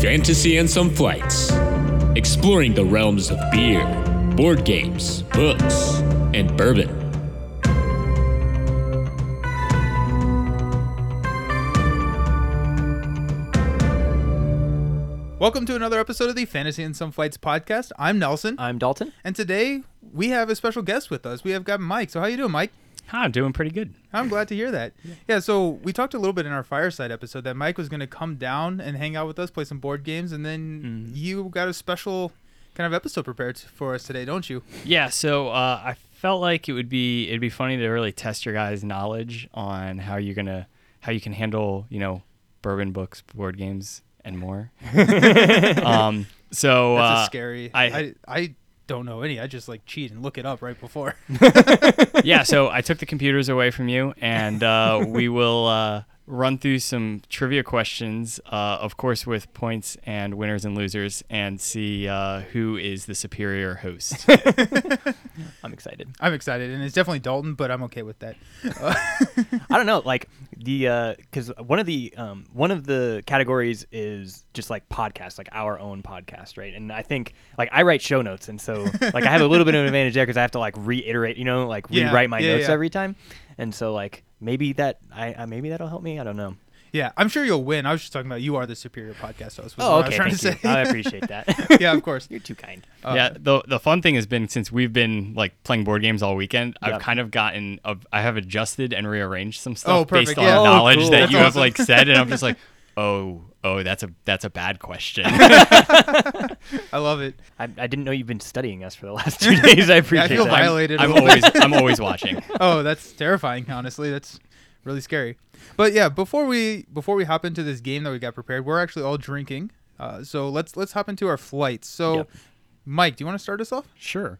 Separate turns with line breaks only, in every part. fantasy and some flights, exploring the realms of beer, board games, books, and bourbon.
Welcome to another episode of the Fantasy and Some Flights podcast. I'm Nelson,
I'm Dalton.
and today we have a special guest with us. We have got Mike. So how you doing, Mike?
Hi, I'm Ah, doing pretty good.
I'm glad to hear that. Yeah, so we talked a little bit in our fireside episode that Mike was going to come down and hang out with us, play some board games, and then
Mm-hmm.
you got a special kind of episode prepared for us today, don't you?
Yeah, so uh, I felt like it would be it'd be funny to really test your guys' knowledge on how you're gonna how you can handle you know bourbon books, board games, and more. um, so
That's
uh,
a scary.
I-
I I don't know any. I just like cheat and look it up right before.
yeah, so I took the computers away from you, and uh, we will uh, run through some trivia questions, uh, of course, with points and winners and losers, and see uh, who is the superior host.
I'm excited.
I'm excited, and it's definitely Dalton, but I'm okay with that.
I don't know, like the because one of the um, one of the categories is just like podcast, like our own podcast, right? And I think like I write show notes, and so like I have a little bit of an advantage there because I have to like reiterate, you know, like
Yeah,
rewrite my
yeah,
notes
yeah.
every time, and so like maybe that I, I maybe that'll help me. I don't know.
Yeah, I'm sure you'll win. I was just talking about you are the superior podcast host. Was
Oh,
what
okay.
I
Thank
was trying
you.
to say. Uh,
I appreciate that.
yeah, of course.
You're too kind.
yeah, the the fun thing has been since we've been like playing board games all weekend,
Yeah.
I've kind of gotten a, I have adjusted and rearranged some
Oh,
stuff
perfect,
based on
yeah. Oh,
knowledge
cool.
that
That's
you have
awesome.
like said, and I'm just like, oh, oh, that's a that's a bad question.
I love it.
I, I didn't know you've been studying us for the last two days. I appreciate
feel
that.
violated.
I'm
a little
always I'm always watching.
oh, that's terrifying. Honestly, that's really scary. But yeah, before we before we hop into this game that we got prepared, we're actually all drinking. Uh, so let's let's hop into our flights. So,
Yep.
Mike, do you want to start us off?
Sure.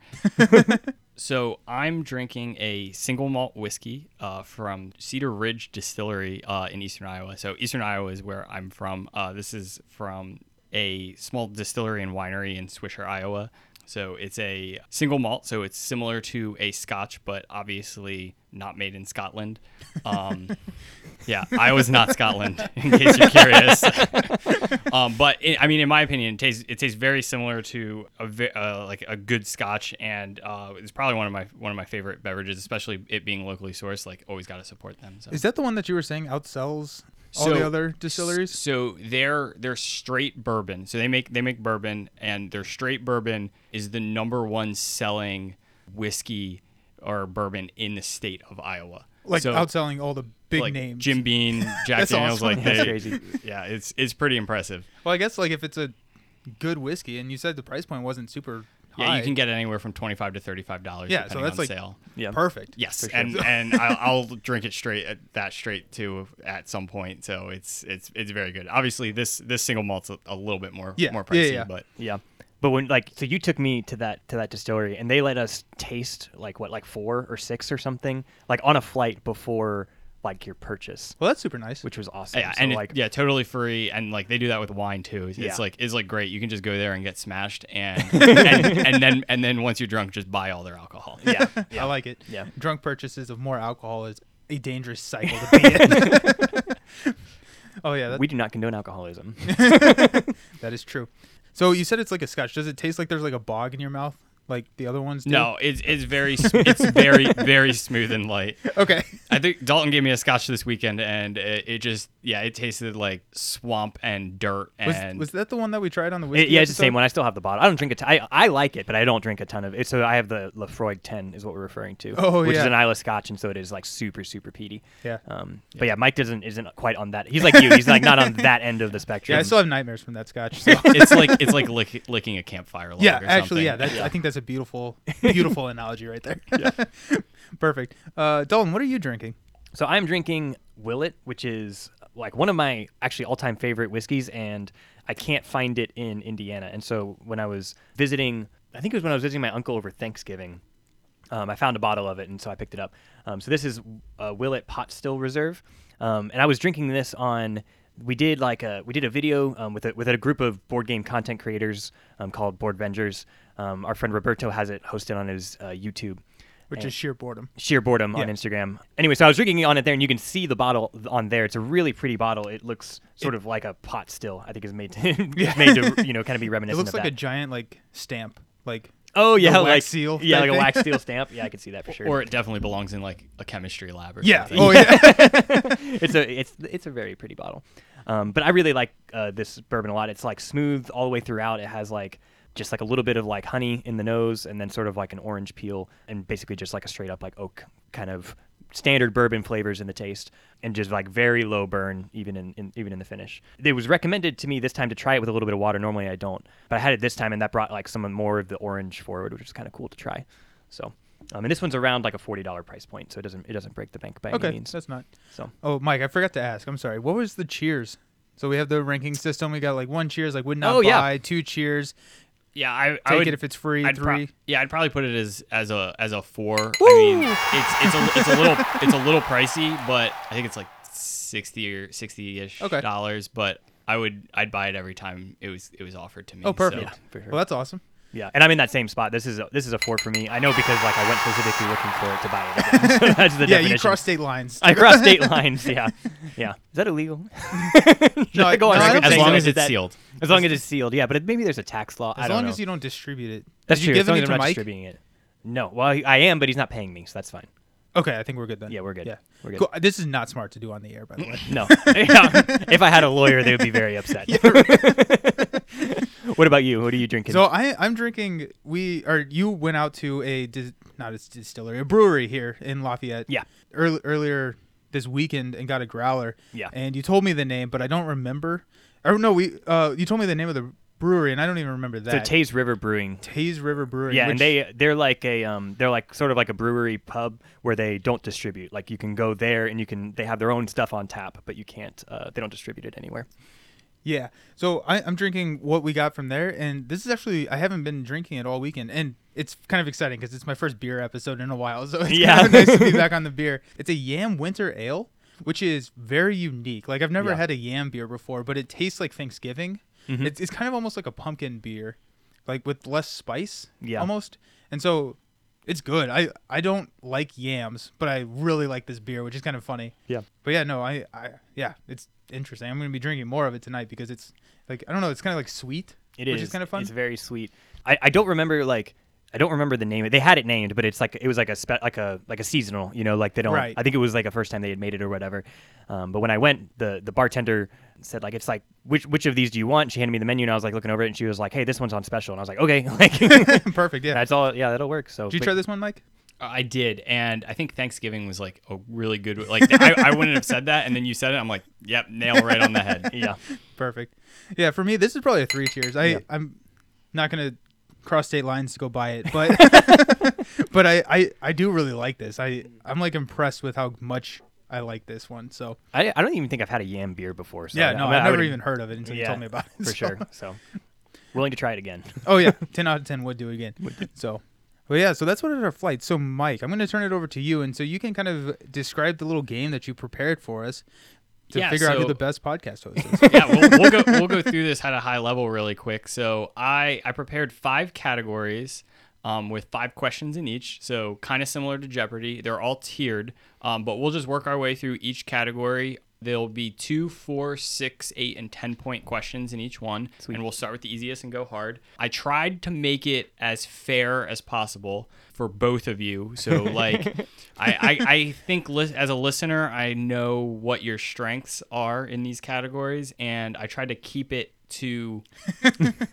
so I'm drinking a single malt whiskey uh, from Cedar Ridge Distillery uh, in Eastern Iowa. So Eastern Iowa is where I'm from. Uh, this is from a small distillery and winery in Swisher, Iowa. So it's a single malt. So it's similar to a Scotch, but obviously not made in Scotland. Um, yeah, Iowa's not Scotland, in case you're curious. um, but it, I mean, in my opinion, it tastes it tastes very similar to a ve- uh, like a good Scotch, and uh, it's probably one of my one of my favorite beverages, especially it being locally sourced. Like, always got to support them. So.
Is that the one that you were saying outsells all the other distilleries?
So they're they're straight bourbon. So they make they make bourbon, and their straight bourbon is the number one selling whiskey or bourbon in the state of Iowa.
Like
so,
outselling all the big
like
names.
Jim Bean, Jack
That's
Daniels,
awesome.
like
That's
they-
crazy.
Yeah, it's it's pretty impressive.
Well, I guess like if it's a good whiskey, and you said the price point wasn't super
Yeah,
high.
you can get it anywhere from twenty five to thirty five dollars.
Yeah, so
depending
that's
on
like
sale.
Yeah.
perfect.
Yes,
sure.
and and I'll, I'll drink it straight at that straight too at some point. So it's it's it's very good. Obviously, this this single malt's a, a little bit more
Yeah,
more
yeah,
pricey,
yeah.
but
Yeah. But when like so you took me to that to that distillery and they let us taste like what like 4 or 6 or something like on a flight before like your purchase,
Well, that's super nice.
which was awesome.
yeah,
so,
and it-
like
yeah, totally free. And like they do that with wine too. It's
Yeah.
like it's like great. You can just go there and get smashed, and and, and then and then once you're drunk, just buy all their alcohol.
yeah.
I like it.
Yeah.
Drunk purchases of more alcohol is a dangerous cycle to be in. oh yeah, that,
We do not condone alcoholism.
that is true. So you said it's like a scotch. Does it taste like there's like a bog in your mouth, like the other ones do?
No, it's it's very s- it's very very smooth and light.
Okay.
I think Dalton gave me a scotch this weekend, and it, it just yeah, it tasted like swamp and dirt.
Was,
And
was that the one that we tried on the
It-
whiskey?
yeah, it's the
episode?
same one. I still have the bottle. I don't drink a ton. I, I like it, but I don't drink a ton of it. So I have the Lefroy 10 is what we're referring to,
Oh,
which
yeah.
is an Isla Scotch, and so it is like super super peaty.
Yeah.
Um, but yeah, Mike doesn't isn't quite on that. He's like you. He's like not on that end of the spectrum.
Yeah, I still have nightmares from that scotch. So.
it's like it's like lick, licking a campfire log.
yeah,
or
actually,
something.
yeah, that, I think that's a beautiful, beautiful analogy right there. Perfect. Uh, Dalton, what are you drinking?
So I'm drinking Willet, which is like one of my actually all-time favorite whiskeys, and I can't find it in Indiana. And so when I was visiting, I think it was when I was visiting my uncle over Thanksgiving, um, I found a bottle of it, and so I picked it up. Um, so this is uh, Willet Pot Still Reserve, um, and I was drinking this on. We did like a we did a video um, with a with a group of board game content creators um, called Board Vengers. Um, our friend Roberto has it hosted on his uh, YouTube.
which
And-
is sheer boredom.
sheer boredom on
Yeah.
Instagram. Anyway, so I was drinking on it there, and you can see the bottle on there. It's a really pretty bottle. It looks sort of like a pot still. I think is made to it's made to you know kind of be
It
reminiscent.
looks
of
like a
that.
giant like stamp. Like
oh yeah,
a wax
like
seal type
Yeah, like a
thing.
wax seal stamp. Yeah, I can see that for sure.
Or it definitely belongs in like a chemistry lab or
yeah.
something.
Oh yeah.
it's a it's it's a very pretty bottle. Um, but I really like uh, this bourbon a lot. It's like smooth all the way throughout. It has like just like a little bit of like honey in the nose, and then sort of like an orange peel, and basically just like a straight up like oak kind of standard bourbon flavors in the taste, and just like very low burn even in, in even in the finish. It was recommended to me this time to try it with a little bit of water. Normally I don't, but I had it this time, and that brought like some more of the orange forward, which was kind of cool to try. So. Um, and this one's around like a forty dollar price point, so it doesn't it doesn't break the bank by any
okay,
means.
that's not.
So
Oh, Mike, I forgot to ask. I'm sorry. What was the cheers? So we have the ranking system. We got like one cheers, like would not
Oh, yeah.
buy, two cheers,
Yeah, I, I
take
would-
it if it's free,
I'd pro-
three.
yeah, I'd probably put it as as a as a four. I mean, it's it's a, it's a little it's a little pricey, but I think it's like sixty or sixty ish
Okay.
dollars. But I would I'd buy it every time it was it was offered to me.
Oh,
so-
perfect.
for sure.
Well, that's awesome.
Yeah, and I'm in that same spot. This is a, this is a four for me. I know because like I went specifically looking for it to buy it. Again. So that's the
yeah,
definition.
you cross state lines.
I crossed state lines. Yeah, yeah. Is that illegal? Should
No,
I go
no,
on
I don't
record
As
think
saying
long
that?
as
Is
it's
that-
sealed.
As long as it's sealed. Yeah, but it, maybe there's a tax law. I
As
don't
long
know.
as you don't distribute it.
that's
Did
true.
You
as long
giving
as
it
I'm
to
not
Mike?
distributing it. No, well I I am, but he's not paying me, so that's fine.
Okay, I think we're good then.
Yeah, we're good.
Yeah,
We're good.
Cool. This is not smart to do on the air, by the way.
No, Yeah. if I had a lawyer, they would be very upset. what about you? What are you drinking?
So I, I'm drinking. We or you went out to a dis, not a distillery, a brewery here in Lafayette.
Yeah.
Earl earlier this weekend and got a growler.
Yeah.
And you told me the name, but I don't remember. Or no, we. Uh, you told me the name of the brewery, and I don't even remember
so
that.
Taze River Brewing
Hayes River Brewery.
Yeah,
which-
and they they're like a um they're like sort of like a brewery pub where they don't distribute. Like you can go there and you can they have their own stuff on tap, but you can't uh, they don't distribute it anywhere.
Yeah. So I, I'm drinking what we got from there, and this is actually I haven't been drinking it all weekend, and it's kind of exciting because it's my first beer episode in a while, so it's
Yeah.
kind of nice to be back on the beer. It's a yam winter ale, which is very unique. Like I've never
Yeah. Mm-hmm.
had a yam beer before, but it tastes like Thanksgiving. It's it's kind of almost like a pumpkin beer, like with less spice,
Yeah.
almost. And so it's good. I I don't like yams, but I really like this beer, which is kind of funny.
Yeah.
But yeah, no, I, I yeah, it's interesting. I'm gonna be drinking more of it tonight because it's like I don't know, it's kind of like sweet,
It
which
is
is kind of fun.
It's very sweet. I, I don't remember like I don't remember the name. They had it named, but it's like it was like a spe- like a like a seasonal. You know, like they don't.
Right.
I think it was like a first time they had made it or whatever. Um, but when I went, the the bartender said like it's like which which of these do you want? She handed me the menu and I was like looking over it and she was like, hey, this one's on special and I was like, okay, like
Perfect. Yeah.
that's all. Yeah, that'll work. So
Did you
but-
try this one, Mike?
I did, and I think Thanksgiving was like a really good. Like I, I wouldn't have said that, and then you said it. I'm like, yep, nail right on the head.
Yeah.
Perfect. Yeah, for me, this is probably a three tiers. I
Yeah.
I'm not gonna cross state lines to go buy it, but but I, I I do really like this. I I'm like impressed with how much I like this one. So
I, I don't even think I've had a yam beer before. So
yeah,
Oh, I-
no,
I mean,
I've
I
never
would've-
even heard of it until you
yeah,
told me about it.
for
so.
sure. So willing to try it again.
oh yeah, ten out of ten would do again. So, but yeah, so that's what is our flight. So Mike, I'm going to turn it over to you, and so you can kind of describe the little game that you prepared for us to
Yeah,
figure out who
so-
the best podcast host is.
yeah, we'll, we'll go we'll go through this at a high level really quick. So I I prepared five categories um, with five questions in each. So kind of similar to Jeopardy. They're all tiered, um, but we'll just work our way through each category. There'll be two, four, six, eight, and ten point questions in each one, and we'll start with the easiest and go hard. I tried to make it as fair as possible for both of you. So like. I, I, I think lis- as a listener, I know what your strengths are in these categories, and I try to keep it to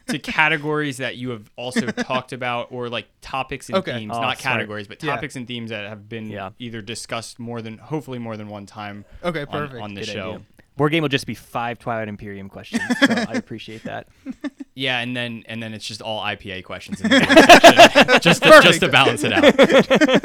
to categories that you have also talked about, or like topics and
Okay.
themes,
Oh,
not
smart.
categories, but
Yeah.
topics and themes that have been
Yeah.
either discussed more than hopefully more than one time.
Okay,
on-
perfect.
On, the
Good
show,
idea. Board game will just be five Twilight Imperium questions. So I appreciate that.
yeah, and then and then it's just all IPA questions, in the middle. just to, just to
Perfect.
balance it out.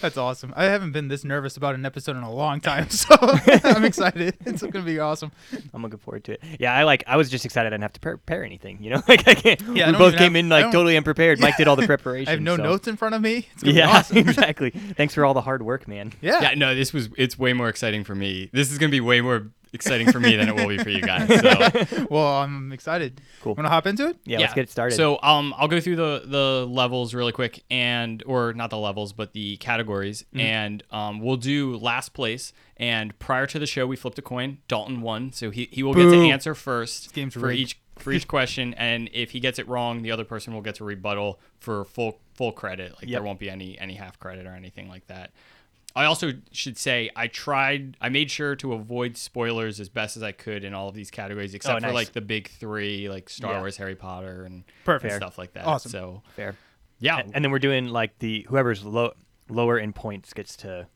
that's awesome. I haven't been this nervous about an episode in a long time, so I'm excited. It's going to be awesome.
I'm looking forward to it. Yeah, I like. I was just excited I didn't have to prepare anything. You know, like I can't.
I
we
don't
both
even
came
have-
in
I
like
don't-
totally unprepared. Mike did all the preparation.
I have no
so-
notes in front of me. It's going to
Yeah,
be awesome.
exactly. Thanks for all the hard work, man.
Yeah.
yeah no this was it's way more exciting for me this is going to be way more exciting for me than it will be for you guys so
Well, I'm excited.
Cool.
Want to hop into it?
Yeah, let's get it started.
So um, I'll go through the the levels really quick, and or not the levels, but the categories,
Mm-hmm.
and um, we'll do last place. And prior to the show, we flipped a coin. Dalton won, so he, he will get
Boo.
to answer first
game's
for
rigged.
each for each question, and if he gets it wrong, the other person will get to rebuttal for full full credit. Like
Yep.
there won't be any any half credit or anything like that. I also should say I tried. I made sure to avoid spoilers as best as I could in all of these categories, except
nice.
for like the big three, like Star
Yeah.
Wars, Harry Potter, and
Perfect.
and stuff like that.
Awesome.
So
fair.
yeah,
And, and then we're doing like the whoever's low, lower in points gets to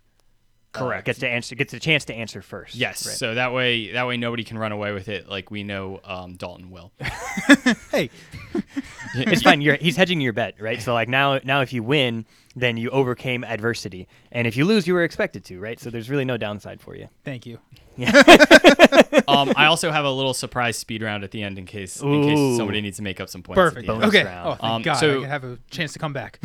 uh,
Correct.
gets to answer gets a chance to answer first.
yes.
Right.
So that way, that way nobody can run away with it. Like we know um, Dalton will.
Hey,
it's fine. You're, he's hedging your bet, right? So like now, now if you win, then you overcame adversity, and if you lose, you were expected to, right? So there's really no downside for you.
thank you.
um, I also have a little surprise speed round at the end in case in
Ooh.
case somebody needs to make up some points. at
Perfect.
the end.
Okay.
round.
Oh, thank
Um,
God. I
so-
can have a chance to come back.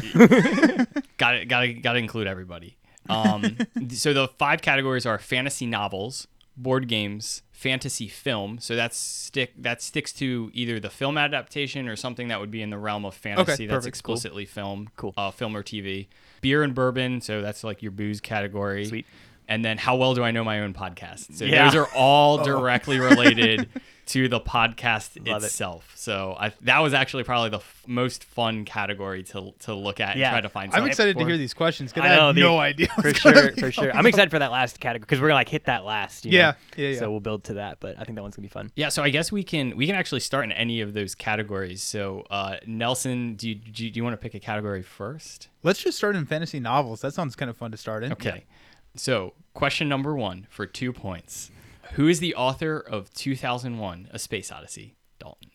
Got to Got to got to include everybody. Um, th- so the five categories are fantasy novels, board games, fantasy film. So that's stick that sticks to either the film adaptation or something that would be in the realm of fantasy that's
perfect, cool.
explicitly film,
Cool.
uh, film or TV. Beer and bourbon. So that's like your booze category.
Sweet.
And then how well do I know my own podcast? So
Yeah. Oh.
those are all directly related to the podcast
Love it.
itself. So I, that was actually probably the f- most fun category to to look at
Yeah.
and try to find.
I'm
something
excited to
for.
hear these questions because
I
I,
know,
have
the-
no idea.
For
what's gonna
sure,
be
for
on
sure.
this.
I'm excited for that last category because we're gonna like hit that last. you know?
Yeah, yeah, yeah.
So we'll build to that, but I think that one's gonna be fun.
Yeah, so I guess we can we can actually start in any of those categories. So uh, Nelson, do you, do you, do you want to pick a category first?
Let's just start in fantasy novels. That sounds kind of fun to start in.
Okay. So question number one for two points: Who is the author of 2001: A Space Odyssey? Dalton.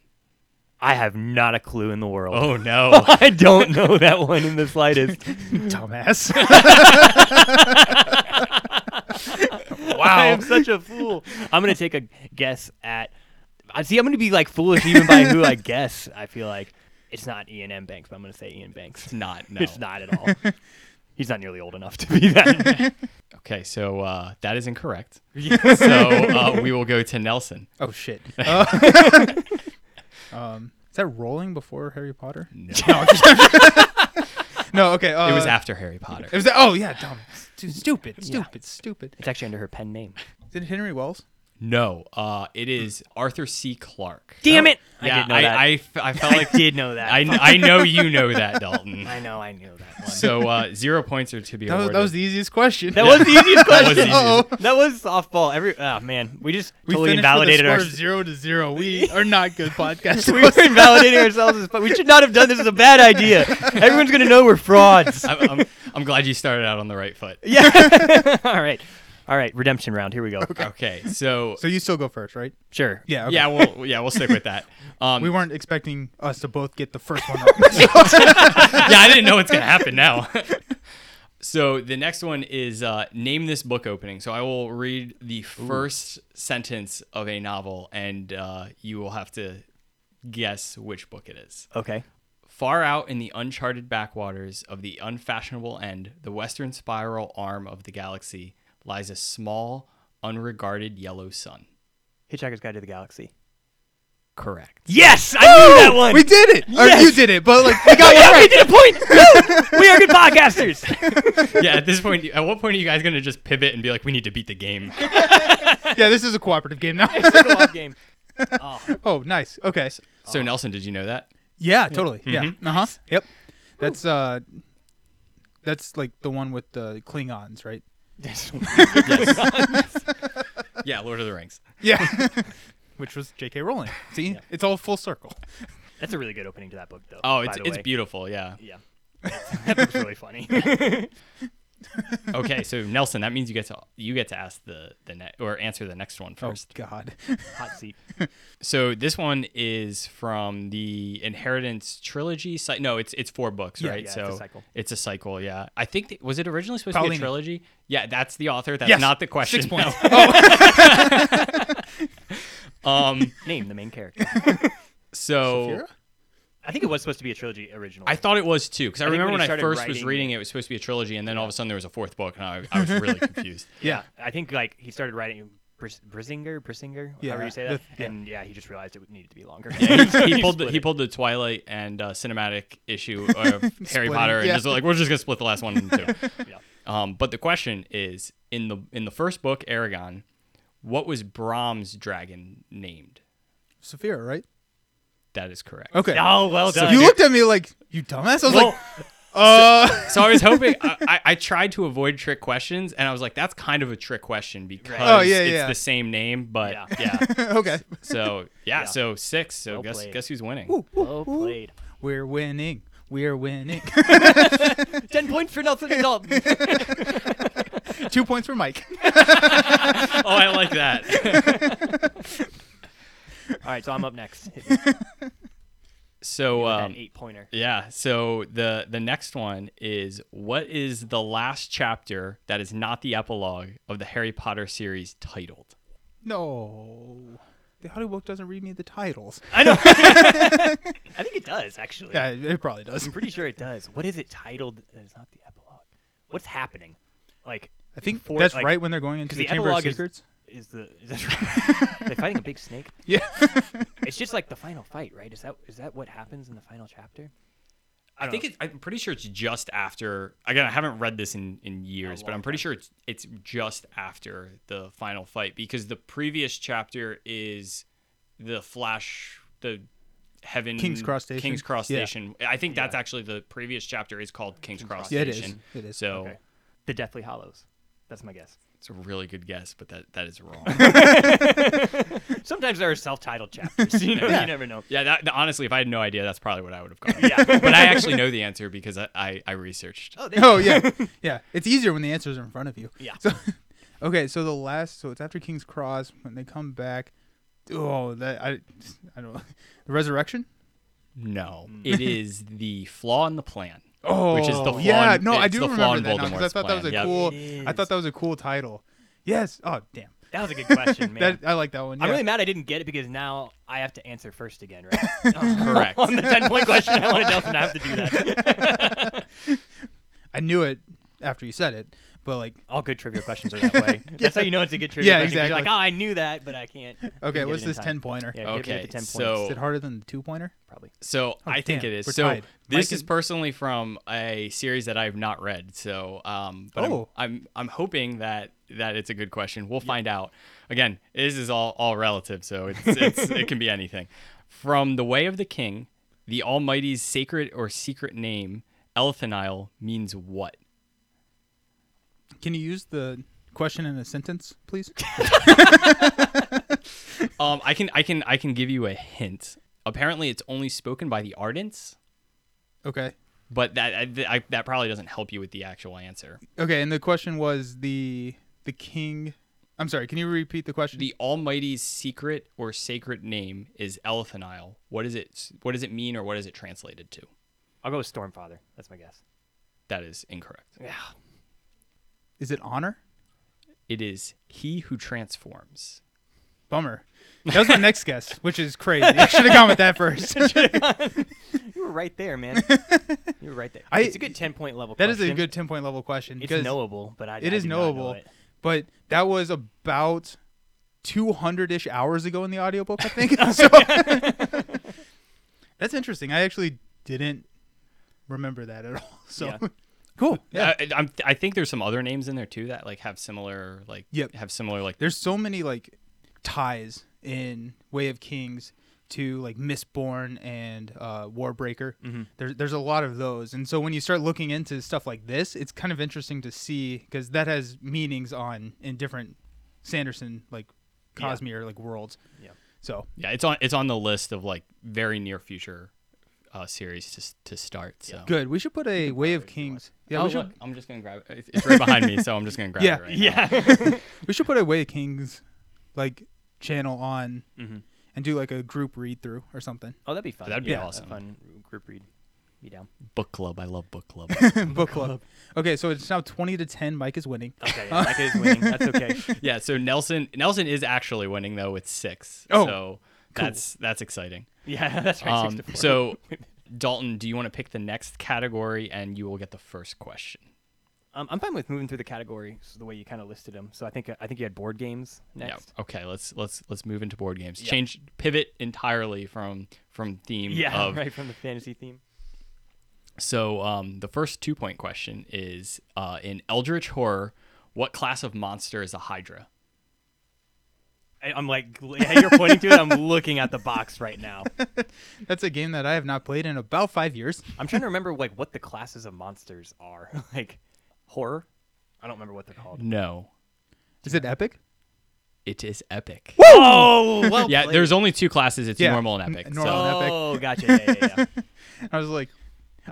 I have not a clue in the world.
Oh no.
I don't know that one in the slightest.
Dumbass.
I am such a fool. I'm gonna take a guess at. I see. I'm gonna be like foolish even by who I guess. I feel like it's not Ian M. Banks, but I'm gonna say Ian Banks.
it's not. No.
It's not at all. He's not nearly old enough to be that.
Okay, so uh, that is incorrect. so uh, we will go to Nelson.
oh shit. Uh, um, is that rolling before Harry Potter? No. I'm just- no. Okay. Uh,
It was after Harry Potter.
It was that. Oh yeah. Dumb. Stu- Stupid. Stupid. Stupid.
it's actually under her pen name.
Is it Henry Wells?
No, uh, it is Arthur C. Clarke.
Damn it! I
yeah,
did know
I,
that.
I f- I felt like
did know that.
I, kn- I know you know that, Dalton.
I know. I knew that one.
So uh, zero points are to be
That was,
awarded.
that was the easiest question.
that was the easiest
That was
question.
easy.
Uh-oh.
That was softball. Every oh man, we just
We
totally
finished with a
invalidated
score
our.
of zero to zero. We are not good podcasters.
We were invalidating ourselves, as- but we should not have done this. It's a bad idea. Everyone's gonna know we're frauds.
I'm, I'm, I'm glad you started out on the right foot.
Yeah. all right. All right. Redemption round. Here we go.
Okay, so,
so you still go first, right?
Sure.
Yeah.
yeah, we'll yeah we'll stick with that. Um,
We weren't expecting us to both get the first one wrong.
yeah, I didn't know what's gonna happen now. so the next one is uh, name this book opening. So I will read the first sentence of a novel, and uh, you will have to guess which book it is.
Okay.
Far out in the uncharted backwaters of the unfashionable end, the western spiral arm of the galaxy, lies a small, unregarded yellow sun.
Hitchhiker's Guide to the Galaxy.
Correct.
Yes, I knew that one.
we did it.
Yes.
Or you did it, but like we got
yeah, we did a point. Woo! we are good podcasters.
yeah, at this point, at what point are you guys going to just pivot and be like, we need to beat the game?
Yeah, this is a cooperative game now.
Co-op game. Oh,
oh, nice. Okay.
So, Nelson, did you know that?
Yeah, totally.
Mm-hmm.
Yeah.
Uh-huh.
Uh huh. Yep. That's uh that's like the one with the Klingons, right?
that's-
Yeah, Lord of the Rings.
Yeah. Which was J.K. Rowling. See? It's all full circle.
that's a really good opening to that book, though.
Oh,
by
it's,
the
it's
way.
beautiful. Yeah.
Yeah, that book's really funny.
Okay, so Nelson, that means you get to you get to ask the the ne- or answer the next one first.
Oh, God.
Hot seat.
So this one is from the Inheritance trilogy. Cy- no, it's it's four books,
Yeah,
right?
yeah, it's
so
a cycle.
It's a cycle. Yeah, I think th- was it originally supposed to be
Paulina.
a trilogy? Yeah, that's the author. That's
Yes.
not the question.
Six points.
um,
Name the main character.
so
Saphira?
I think it was supposed to be a trilogy originally.
I thought it was too, because I,
I think
remember
when
when
he
I
started
first was
writing-
reading it, it was supposed to be a trilogy, and then all of a sudden there was a fourth book, and I, I was really confused.
Yeah.
I think like he started writing Bris- Brisinger, Brisinger,
Yeah,
however you say
the-
that.
yeah.
And yeah, he just realized it needed to be longer.
Yeah, he, he pulled the,
Split
he
it.
pulled the Twilight and uh, cinematic issue of Harry
Splitting,
Potter, and
yeah.
just like we're just gonna split the last one in two.
Yeah.
Um, but the question is in the in the first book, Aragon, what was Brahm's dragon named?
Sophia, right?
That is correct.
Okay.
Oh, well
So
done.
you looked at me like you dumbass. I was
Well,
like, uh,
so I was hoping I, I, I tried to avoid trick questions, and I was like, that's kind of a trick question because
Oh, yeah,
it's
yeah.
the same name, but
Yeah.
yeah.
okay.
So yeah,
Yeah.
so six. So
Well
guess
played.
guess who's winning?
well played.
We're winning. We're winning.
Ten points for Nelson and Dalton.
Two points for Mike.
Oh, I like that.
All right, so I'm up next. Hit me with
so
that
um,
eight pointer.
Yeah. So the the next one is what is the last chapter that is not the epilogue of the Harry Potter series titled?
no. The audiobook doesn't read me the titles.
I know. I think it does actually.
Yeah, it it probably does.
I'm pretty sure it does. What is it titled? that is not the epilogue. What's happening? Like
I think
for-
that's
like-
right when they're going into
'cause
the,
the
Chamber of
epilogue is-
Secrets.
is the is that are they fighting a big snake?
Yeah.
It's just like the final fight, right? Is that is that what happens in the final chapter?
I, think it, I'm pretty sure it's just after. Again, I haven't read this in, in years, but
long
I'm pretty
time.
sure it's it's just after the final fight because the previous chapter is the Flash, the Heaven
King's Cross Station.
King's Cross
Yeah.
Station. I think that's actually the previous chapter is called King's, Cross
Yeah, it is.
Station.
It is.
So
Okay. The Deathly Hollows. That's my guess.
it's a really good guess, but that that is wrong.
Sometimes there are self-titled chapters. You know, you never know.
Yeah, that, that- honestly, if I had no idea, that's probably what I would have gone.
Yeah.
but I actually know the answer because I, I, I researched.
Oh,
Oh yeah, yeah. It's easier when the answers are in front of you.
Yeah.
So, okay, so the last, so it's after King's Cross when they come back. Oh, that I, I don't know. The resurrection.
No, it is the flaw in the
Hmm.
plan.
Oh,
which is the flaw
yeah.
in-
no, I
it's
do
the flaw
remember
in
that now 'cause I
Voldemort's
thought that was a
plan. Yep.
cool.
It
I thought that was a cool title. Yes. Oh damn.
That was a good question, man.
That I like that one.
I'm
yeah.
really mad I didn't get it because now I have to answer first again, right?
Correct.
On the 10 point question, I wanted Nelson to have to do that.
I knew it after you said it, but like,
All good trivia questions are that way. That's how you know it's a good trivia
Yeah,
question. 'cause You're like,
exactly.
oh, I knew that, but I can't. I didn't
okay,
get
what's
it in
this
time.
ten pointer?
Yeah, give me
Okay,
the 10 points.
so-
Is it harder than the two pointer?
Probably.
So I think
Oh, damn,
it is.
we're
so
tied.
this
Mike
is
and-
personally from a series that I've not read. So, um, but
Oh.
I'm, I'm I'm hoping that that it's a good question. We'll find out. Again, this is all all relative, so it's, it's it can be anything. From the way of the king, the Almighty's sacred or secret name, Elephant Isle, means what?
Can you use the question in a sentence, please?
Um, I can, I can, I can give you a hint. Apparently, it's only spoken by the Ardents,
okay.
but that I, I, that probably doesn't help you with the actual answer.
Okay, and the question was the the king. I'm sorry. Can you repeat the question?
The Almighty's secret or sacred name is Elephant Isle. What is it? What does it mean, or what is it translated to?
I'll go with Stormfather. That's my guess.
That is incorrect.
Yeah.
is it honor?
It is He who transforms.
Bummer. That was my next guess, which is crazy. I should have gone with that first.
You were right there, man. you were right there.
I-
it's a good 10 point level
that is
question.
a good ten point level question
It's
because
knowable, but I
it
I
is
do not know
knowable.
it.
But that was about two hundred ish hours ago in the audiobook, I think. so that's interesting. I actually didn't remember that at all. So
Yeah.
cool. Yeah.
I, Uh, I'm, I think there's some other names in there too that like have similar like
Yep.
have similar like
there's so many like ties in Way of Kings to like Mistborn and uh, Warbreaker. There's there's a lot of those, and so when you start looking into stuff like this, it's kind of interesting to see because that has meanings on in different Sanderson like Cosmere like worlds.
Yeah.
So
yeah it's on it's on the list of like very near future uh, series to s- to start. So
good. We should put a Way of Kings. Yeah,
Oh,
we should
look, I'm just gonna grab it. It's- It's right behind me, so I'm just gonna grab
Yeah.
it right now.
Yeah.
we should put a Way of Kings like channel on and do like a group read through or something.
oh, that'd be fun.
That'd be
Yeah, a
awesome.
fun group read. Be down.
Book club. I love book club.
Book club. Okay, so it's now twenty to ten. Mike is winning.
Okay, yeah, Micah is winning. That's okay.
yeah. So Nelson Nelson is actually winning though with six.
Oh,
so that's that's exciting.
Yeah, that's right. six
Um,
to four.
so Dalton, do you want to pick the next category and you will get the first question?
Um, I'm fine with moving through the categories the way you kind of listed them. So I think I think you had board games
Yeah.
next.
Okay. Let's let's let's move into board games. Change pivot entirely from from theme.
Yeah,
Of,
right from the fantasy theme.
So um, the first two point question is uh, in Eldritch horror, what class of monster is a Hydra?
I, I'm like, yeah, you're pointing to it. I'm looking at the box right now.
That's a game that I have not played in about five years.
I'm trying to remember like what the classes of monsters are. like horror. I don't remember what they're called.
No,
Is it epic?
it is epic.
Oh, well,
Yeah,
played.
there's only two classes. It's
Yeah,
normal and
n-
epic.
normal
so
and epic.
Oh, gotcha. Yeah, yeah, yeah.
I was like,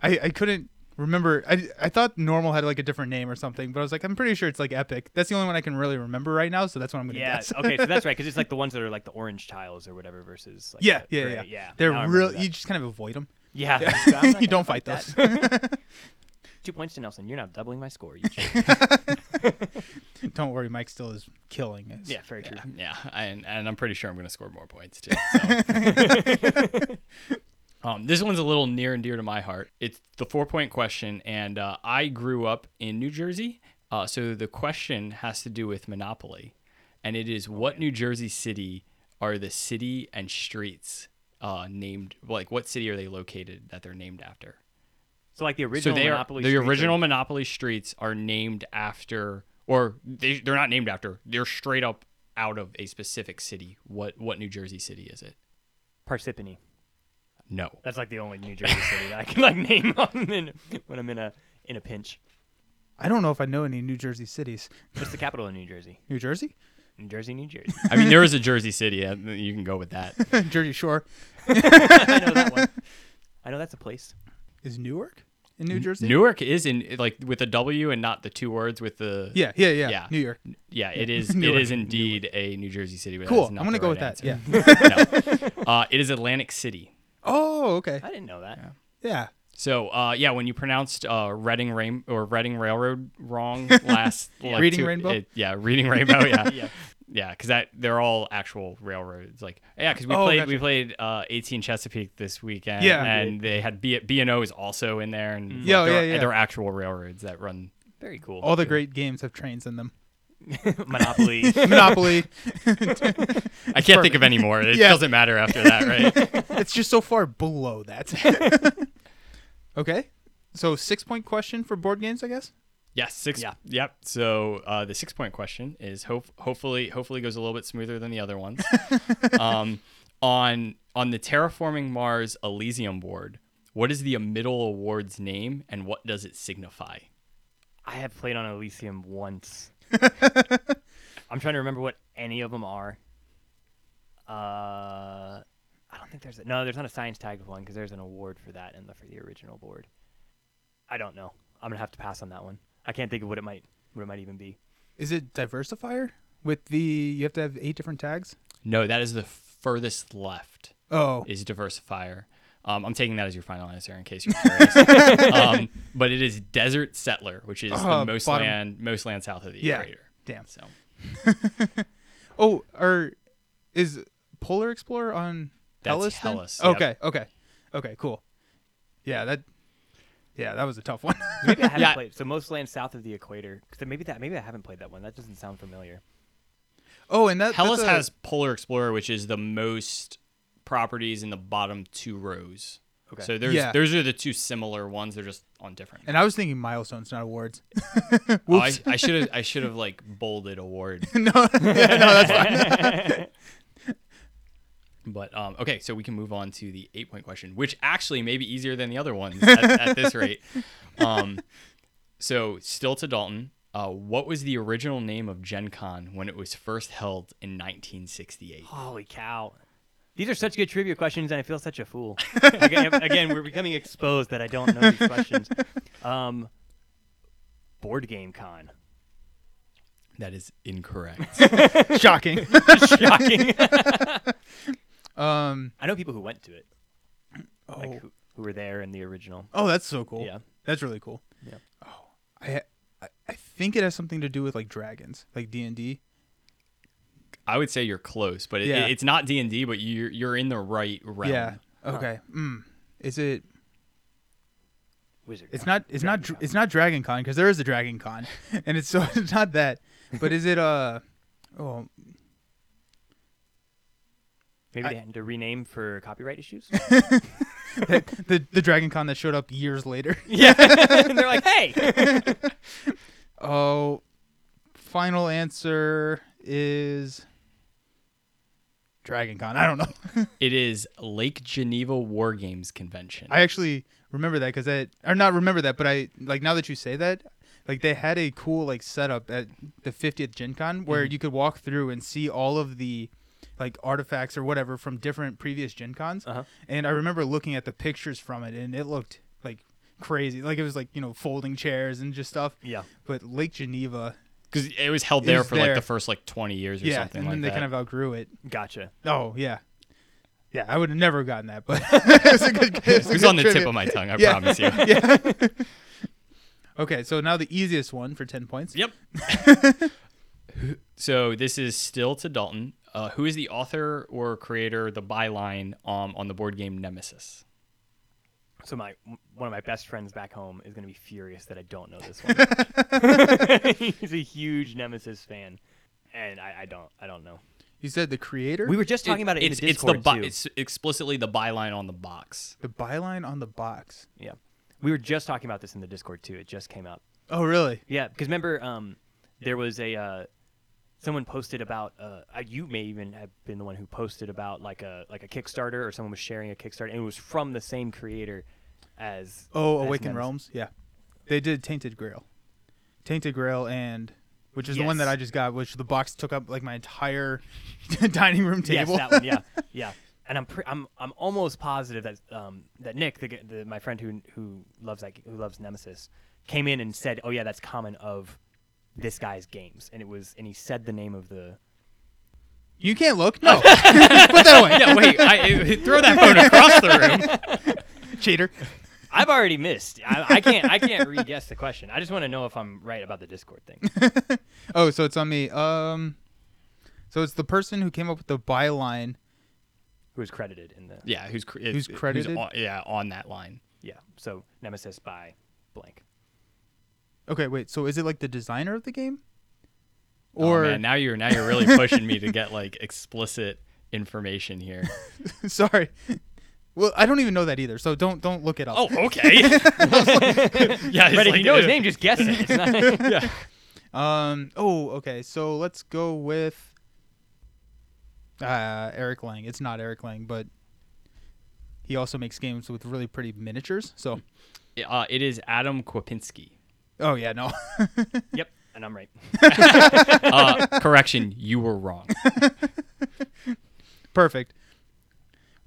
I, I couldn't remember. I, I thought normal had like a different name or something, but I was like, I'm pretty sure it's like epic. That's the only one I can really remember right now, so that's what I'm gonna
Yeah.
guess.
okay, so that's right because it's like the ones that are like the orange tiles or whatever versus. Like,
yeah,
the
yeah,
gray.
yeah,
yeah. now I
They're
remember
real.
that.
You just kind of avoid them.
yeah. so I'm not
you
gonna
don't fight
that.
those.
Two points to Nelson. You're not doubling my score. You jerk.
don't worry, Mike still is killing it.
yeah, very true.
Yeah, and, and I'm pretty sure I'm going to score more points too. So. um, this one's a little near and dear to my heart. It's the four point question, and uh, I grew up in New Jersey, uh, so the question has to do with Monopoly, and it is what New Jersey city are the city and streets uh, named like what city are they located that they're named after?
So like the original
so they
Monopoly.
are the
streets are-
original Monopoly streets are named after, or they they're not named after. They're straight up out of a specific city. What what New Jersey city is it?
Parsippany.
No.
That's like the only New Jersey city that I can like name on in, when I'm in a in a pinch.
I don't know if I know any New Jersey cities.
What's the capital of New Jersey?
New Jersey,
New Jersey, New Jersey.
I mean, there is a Jersey city. uh, You can go with that.
Jersey Shore
I know that one. I know that's a place.
is Newark in New Jersey.
Newark is in like with a W and not the two words with the
yeah, yeah, yeah,
Yeah.
New York.
Yeah, it is. it
Newark.
is indeed a New Jersey city. But
Cool.
that's
I'm
not
gonna go
the right
with that.
answer.
Yeah.
No. Uh, it is Atlantic City.
Oh, okay.
I didn't know that.
Yeah.
So uh, yeah, when you pronounced uh, Reading Rain or Reading Railroad wrong last, like,
Reading Rainbow?
yeah, Reading Rainbow, yeah,
Yeah.
yeah, because that they're all actual railroads. Like yeah, because we
Oh,
played
gotcha.
we played uh, AT and Chesapeake this weekend,
Yeah.
and they had B B and O is also in there, and like,
Yeah,
there are-
yeah, yeah.
there are actual railroads that run.
Very cool.
All the great games have trains in them.
Monopoly.
Monopoly.
I can't think of any more. It
Yeah.
doesn't matter after that, right?
it's just so far below that. okay. So six point question for board games, I guess.
Yes, six.
Yeah.
Yep. So uh, the six point question is hope hopefully hopefully goes a little bit smoother than the other ones. um, on on the terraforming Mars Elysium board, what is the middle award's name and what does it signify?
I have played on Elysium once. I'm trying to remember what any of them are. Uh, I don't think there's a, no. There's not a science tagged one because there's an award for that in the for the original board. I don't know. I'm gonna have to pass on that one. I can't think of what it might what it might even be.
Is it diversifier with the you have to have eight different tags?
No, that is the furthest left
Oh,
is diversifier. Um, I'm taking that as your final answer in case you're curious. um, but it is Desert Settler, which is
Uh,
the most
bottom.
land most land south of the
Yeah.
equator.
damn.
So
Oh, or is Polar Explorer on
That's
Hellas? then?
Hellas, yep.
Okay, okay, okay, cool. Yeah, that. Yeah, that was a tough one.
Maybe I haven't
Yeah.
played. So most land south of the equator. 'cause then maybe that maybe I haven't played that one. That doesn't sound familiar.
oh, and that
Hellas
that's a-
has Polar Explorer, which is the most properties in the bottom two rows.
Okay.
So there's
Yeah.
those are the two similar ones. They're just on different.
And I was thinking milestones, not awards.
Oh, I I should have I should have like bolded award.
no, yeah, no, that's fine.
But um, okay, so we can move on to the eight point question, which actually may be easier than the other ones at, at this rate. Um, so still to Dalton. Uh, what was the original name of Gen Con when it was first held in 1968?
Holy cow. These are such good trivia questions, and I feel such a fool. again, again, we're becoming exposed that I don't know these questions. Um, board game con.
That is incorrect.
Shocking.
Shocking.
Um.
I know people who went to it,
Oh.
like who, who were there in the original.
Oh, that's so cool.
Yeah.
that's really cool.
Yeah.
Oh, I I- I think it has something to do with like dragons, like D and D.
I would say you're close, but it,
Yeah.
it's not D and D, but you're you're in the right realm.
Yeah. Okay. Mm. Is it?
Wizard.
It's
Con.
not. It's not. dr- It's not Dragon Con because there is a Dragon Con, and it's so it's not that. But is it uh, oh
Maybe they had to rename for copyright issues.
that, the the Dragon Con that showed up years later?
yeah, and they're like, hey,
Oh, final answer is Dragon Con. I don't know.
It is Lake Geneva War Games Convention.
I actually remember that because that or not remember that, but I like now that you say that, like they had a cool like setup at the 50th Gen Con where
Mm-hmm.
you could walk through and see all of the like artifacts or whatever from different previous Gen Cons.
Uh-huh.
And I remember looking at the pictures from it and it looked like crazy. Like it was like, you know, folding chairs and just stuff.
Yeah.
But Lake Geneva,
because it was held
It
there
was
for
there.
like the first like 20 years or
yeah,
something
and
like
then they
that.
kind of outgrew it.
gotcha.
Oh, yeah. Yeah, I would have never gotten that, but it's a good it's a
it was
good
on the tip
trivia.
of my tongue, I
Yeah.
promise you.
Okay, so now the easiest one for 10 points.
Yep. so this is still to Dalton. Uh, who is the author or creator, the byline um, on the board game Nemesis?
So my one of my best friends back home is gonna be furious that I don't know this one. He's a huge Nemesis fan, and I, I don't I don't know.
You said the creator?
We were just talking about it in
it's,
the
it's
Discord
bi-
too.
it's explicitly the byline on the box.
the byline on the box.
Yeah, we were just talking about this in the Discord too. It just came up.
Oh, really?
Yeah, because remember, um, there was a uh, someone posted about. Uh, uh, you may even have been the one who posted about like a like a Kickstarter, or someone was sharing a Kickstarter, and it was from the same creator as.
Oh,
as
Awakened
Nemesis.
Realms. Yeah, they did Tainted Grail, Tainted Grail, and which is the one that
Yes.
I just got, which the box took up like my entire dining room
Yes,
table.
that one. Yeah, yeah. And I'm pre- I'm I'm almost positive that um that Nick, the, g- the my friend who who loves that who loves Nemesis, came in and said, "Oh yeah, that's common of this guy's games," and it was and he said the name of the.
you can't look. No, put that away.
Yeah, wait, I, throw that phone across the room.
Cheater.
I've already missed. I, I can't. I can't re-guess the question. I just want to know if I'm right about the Discord thing.
Oh, so it's on me. Um, so it's the person who came up with the byline.
who is credited in the yeah.
Yeah, who's cre-
Who's credited?
on, yeah, on that line.
So Nemesis by blank.
Okay, wait. So is it like the designer of the game?
Or
Oh,
Or
Oh, man, now you're now you're really pushing me to get like explicit information here.
sorry. Well, I don't even know that either. So don't don't look it up.
Oh, okay. yeah, it's
But if
like,
you know his
uh,
name, just guess it. It's not-
Yeah.
Um. Oh, okay. So let's go with uh, Eric Lang. It's not Eric Lang, but he also makes games with really pretty miniatures. So,
Uh, it is Adam Kwapinski.
oh yeah, no.
yep, and I'm right.
Uh, correction, you were wrong.
Perfect.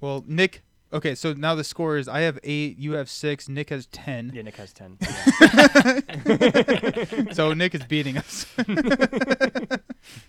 Well, Nick. Okay, so now the score is I have eight, you have six, Nick has ten.
Yeah, Nick has ten.
So Nick is beating us.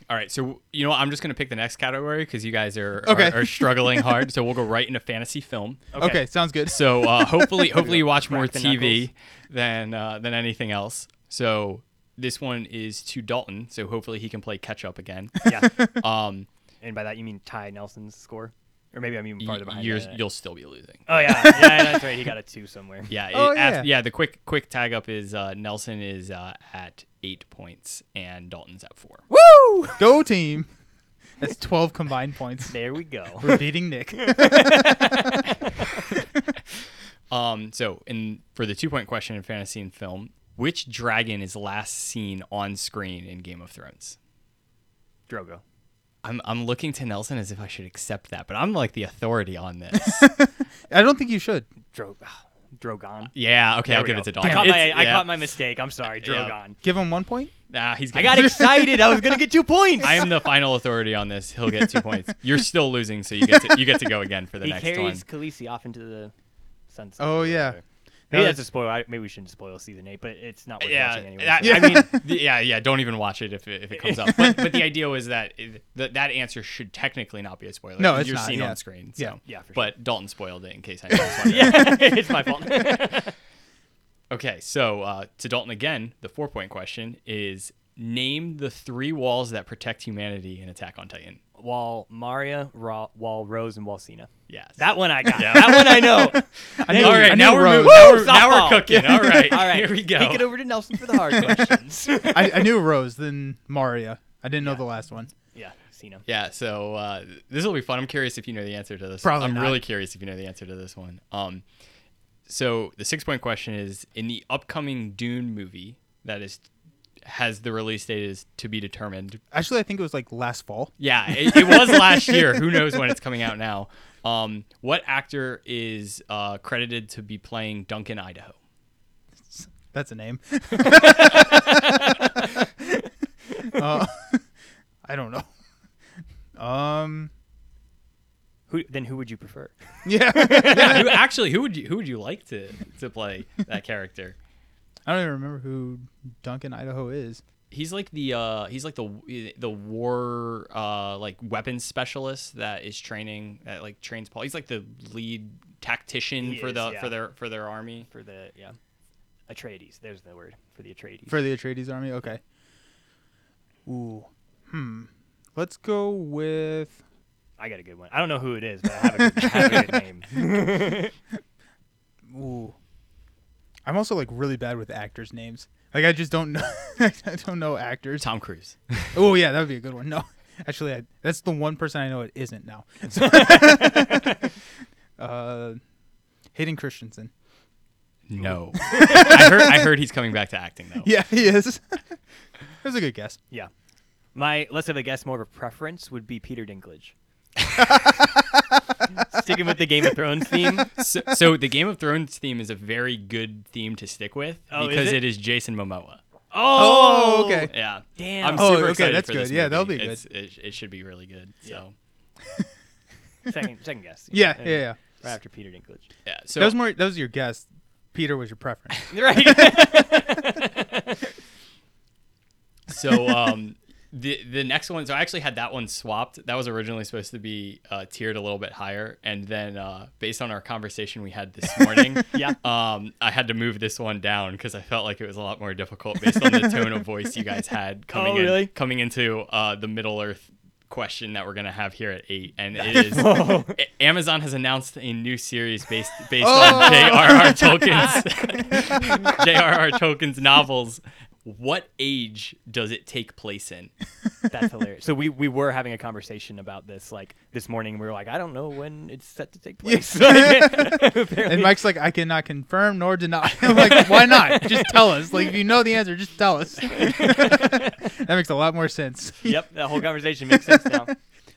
All right, so you know what? I'm just gonna pick the next category because you guys are,
Okay.
are are struggling hard. So we'll go right into fantasy film.
okay. sounds good.
So uh, hopefully, hopefully you watch more
Crack the
TV
knuckles.
than uh, than anything else. So this one is to Dalton. So hopefully he can play catch up again.
Yeah.
Um,
And by that you mean Ty Nelson's score, or maybe I'm even
y-
farther behind.
yours-
than that.
you'll still be losing.
Oh yeah, yeah, that's right. He got a two somewhere.
Yeah.
Oh,
it- af-
yeah.
yeah. The quick quick tag up is uh, Nelson is uh, at eight points and Dalton's at four.
Woo! Go team. That's twelve combined points.
There we go.
We're beating Nick.
Um, so, in for the two point question in fantasy and film, which dragon is last seen on screen in Game of Thrones?
Drogo.
I'm I'm looking to Nelson as if I should accept that, but I'm like the authority on this.
I don't think you should.
Dro- ah, Drogon.
yeah, okay,
There
I'll
we
give
go.
it to Dalton.
I caught, my,
It's-
I
yeah.
caught my mistake. I'm sorry, Drogon.
Give him one point.
Nah, he's.
I got excited. I was gonna get two points.
I am the final authority on this. He'll get two points. You're still losing, so you get to, you get to go again for the
he
next
carries
one.
Khaleesi off into the sunset.
Oh yeah.
Maybe
No,
that's a spoiler. I- Maybe we shouldn't spoil season eight, but it's not worth
Yeah,
watching anyway.
I,
so-
I mean, the- yeah, yeah. Don't even watch it if it, if it comes up. But, but the idea was that it, that that answer should technically not be a spoiler.
No,
'cause
it's
you're
not,
seen
yeah.
on screen. So.
Yeah.
Yeah, for sure.
But Dalton spoiled it in case I. missed one.
yeah, it's my fault.
Okay, so uh, to Dalton again, the four point question is Name the three walls that protect humanity in Attack on Titan.
Wall Maria, Ra- Wall Rose, and Wall Cena.
Yes.
That one I got. That one I know.
knew-
All
I
right,
knew
now we're,
Rose.
moving, now, we're, now
Softball.
we're cooking. All right.
All right,
Here we go.
Kick it over to Nelson for the hard questions.
I, I knew Rose, then Maria. I didn't know the last one.
yeah, Cena.
Yeah, so uh, this will be fun. I'm curious if you know the answer to this.
Probably
I'm
not.
really curious if you know the answer to this one. Um, so the six point question is in the upcoming Dune movie that is has the release date is to be determined.
Actually, I think it was like last fall.
Yeah, it, it was last year. Who knows when it's coming out now? Um, what actor is uh, credited to be playing Duncan Idaho?
That's a name. Uh, I don't know. Um.
Who then? Who would you prefer?
Yeah.
Yeah, who, actually, who would you who would you like to to play that character?
I don't even remember who Duncan Idaho is.
he's like the uh he's like the the war uh like weapons specialist that is training that like trains Paul. He's like the lead tactician
He
for
is,
the
yeah.
for their for their army.
For the yeah, Atreides. There's the word for the Atreides.
For the Atreides army? Okay. Ooh. Hmm. Let's go with.
I got a good one. I don't know who it is, but I have a good, I have a good name.
Ooh. I'm also like really bad with actors' names. Like I just don't know. I don't know actors.
Tom Cruise.
Oh yeah, that would be a good one. No, actually, I, that's the one person I know it isn't now. So- uh, Hayden Christensen.
No. I heard I heard he's coming back to acting though.
Yeah, he is. that was a good guess.
Yeah, my let's have a guess. More of a preference would be Peter Dinklage. Sticking with the Game of Thrones theme.
So, so the Game of Thrones theme is a very good theme to stick with
Oh, is
because
it?
it is Jason Momoa.
Oh, okay.
Yeah.
Damn.
I'm
Oh,
super
okay,
excited
that's
for this
good. Yeah, that'll
movie.
be
It's- It, it should be really good. So
Second, second guess.
Yeah,
Uh,
yeah, yeah.
Right after Peter Dinklage.
yeah. So
That was more. That was your guess. Peter was your preference.
Right.
So um, the the next one, so I actually had that one swapped. That was originally supposed to be uh, tiered a little bit higher, and then uh, based on our conversation we had this morning,
Yeah.
um, I had to move this one down because I felt like it was a lot more difficult based on the tone of voice you guys had coming
Oh,
in,
really?
coming into uh, the Middle Earth question that we're gonna have here at eight, and it is A- Amazon has announced a new series based based
Oh.
on J.R.R. Tolkien's J.R.R. Tolkien's novels. What age does it take place in?
That's hilarious. So we, we were having a conversation about this like this morning. We were like, I don't know when it's set to take place.
And Mike's like, I cannot confirm nor deny. I'm like, why not? Just tell us. Like, if you know the answer, just tell us. that makes a lot more sense.
yep, that whole conversation makes sense now.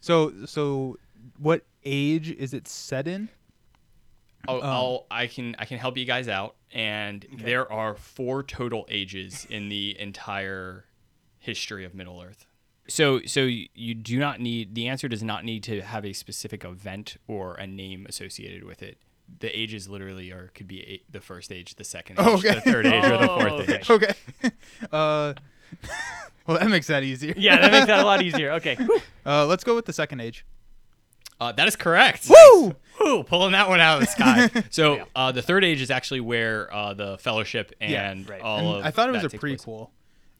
So, so what age is it set in? Oh.
I'll, I'll, I can I can help you guys out. And there are four total ages in the entire history of Middle Earth. So so y- you do not need the answer does not need to have a specific event or a name associated with it. The ages literally are could be eight, the first age, the second age,
Oh, okay.
the third age, or the
Oh,
fourth
okay.
age.
Okay. Uh, well, that makes that easier.
Yeah, that makes that a lot easier. Okay.
Uh, let's go with the second age.
Uh, that is correct.
Woo!
Woo! Pulling that one out of the sky. So
Yeah.
uh, the third age is actually where uh, the Fellowship and
right.
all
And
of
I thought it was
that
a
takes place.
prequel.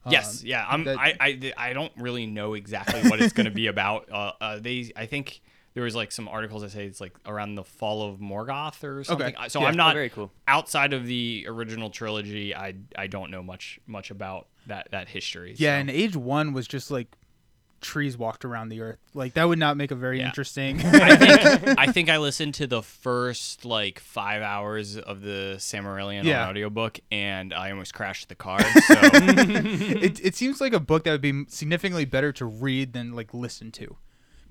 Yes, yeah. I'm,
Um, that-
I, I, I don't really know exactly what it's going to be about. Uh, uh, they, I think there was like some articles that say it's like around the fall of Morgoth or something. Uh, So
Yeah.
I'm not
Oh, very cool.
outside of the original trilogy. I, I don't know much, much about that, that history.
Yeah,
so-
and age one was just like trees walked around the earth. Like that would not make a very
Yeah.
interesting.
I think, I think I listened to the first like five hours of the Samarillion
Yeah.
on audiobook, and I almost crashed the car. So
it, it seems like a book that would be significantly better to read than like listen to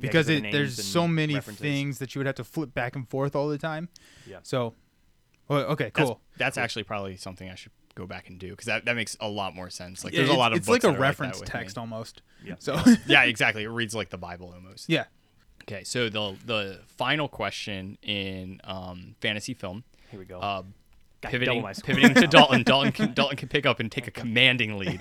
because
of the
it, there's
names
so
and
many
references.
things that you would have to flip back and forth all the time
Yeah.
so well, okay
that's,
cool
that's actually probably something I should go back and do because that, that makes a lot more sense. Like,
Yeah,
there's a
it's-
lot of
it's like
books
a
that are that
reference
with me.
text almost
Yeah.
so
yeah, exactly. It reads like the Bible almost.
yeah
Okay, so the the final question in um, fantasy film,
Here we go.
uh,
Got double
pivoting
my score
pivoting to
now.
Dalton. Dalton can, Dalton can pick up and take a commanding lead.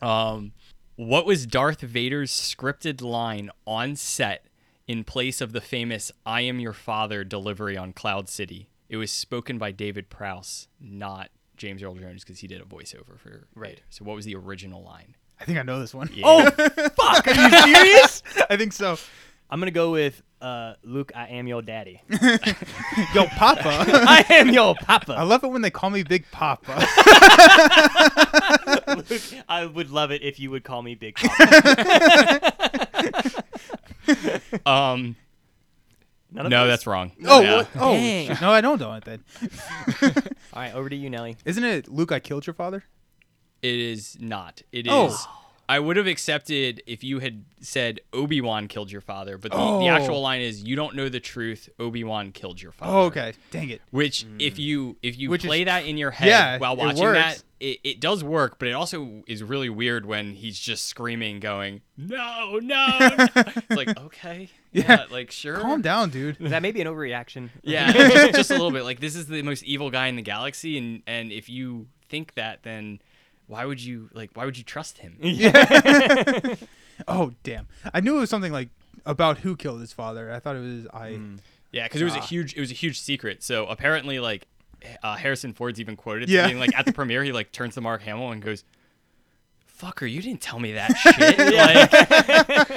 um, what was Darth Vader's scripted line on set in place of the famous "I am your father" delivery on Cloud City? It was spoken by David Prowse, not James Earl Jones because he did a voiceover for
Right.
it. So what was the original line?
I think I know this one.
Oh fuck! Are you serious?
I think so.
I'm gonna go with uh, Luke. I am your daddy.
Yo, Papa.
I am your
I
papa.
love it when they call me Big Papa.
Luke, I would love it if you would call me Big Papa.
Um,
None of
no,
those?
that's wrong.
Oh,
Yeah.
what? oh,
Dang.
shit. no, I don't know it then.
All right, over to you, Nelly.
Isn't it Luke? I killed your father.
It is not. It is.
Oh.
I would have accepted if you had said Obi Wan killed your father, but the,
Oh.
the actual line is "You don't know the truth. Obi Wan killed your father."
Oh, okay. Dang it.
Which, if you if you
Which is-
play that in your head
Yeah,
while
it
watching
works.
that, it, it does work, but it also is really weird when he's just screaming, going, "No, no!" no." it's like, okay, yeah, like sure,
Calm down, dude.
That may be an overreaction.
yeah, just, just a little bit. Like this is the most evil guy in the galaxy, and and if you think that, then why would you like why would you trust him?
Oh, damn. I knew it was something like about who killed his father. I thought it was I.
Yeah, because it
Ah.
was a huge it was a huge secret. So apparently, like uh, Harrison Ford's even quoted
Yeah.
being like at the premiere, he like turns to Mark Hamill and goes, "Fucker, you didn't tell me that shit." like,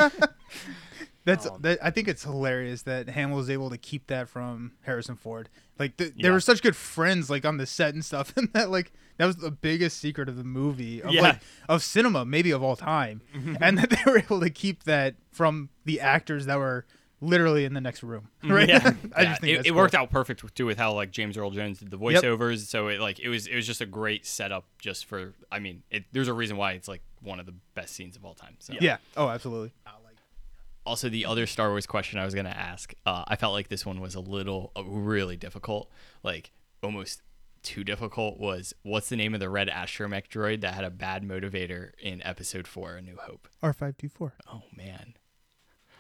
That's
Oh.
that. I think it's hilarious that Hamill was able to keep that from Harrison Ford. Like th- they
Yeah.
were such good friends, like on the set and stuff, and that like that was the biggest secret of the movie, of,
Yeah.
like, of cinema, maybe of all time,
Mm-hmm.
and that they were able to keep that from the actors that were literally in the next room. Right?
yeah,
I
Yeah,
just think
it, it worked out perfect with- too with how like James Earl Jones did the voiceovers. So it like it was it was just a great setup just for. I mean, it, there's a reason why it's like one of the best scenes of all time. So
Yeah. Oh, absolutely.
also the other Star Wars question I was gonna ask, uh, I felt like this one was a little uh, really difficult, like almost too difficult. Was what's the name of the red astromech droid that had a bad motivator in Episode Four, A New Hope?
R five two four.
Oh man.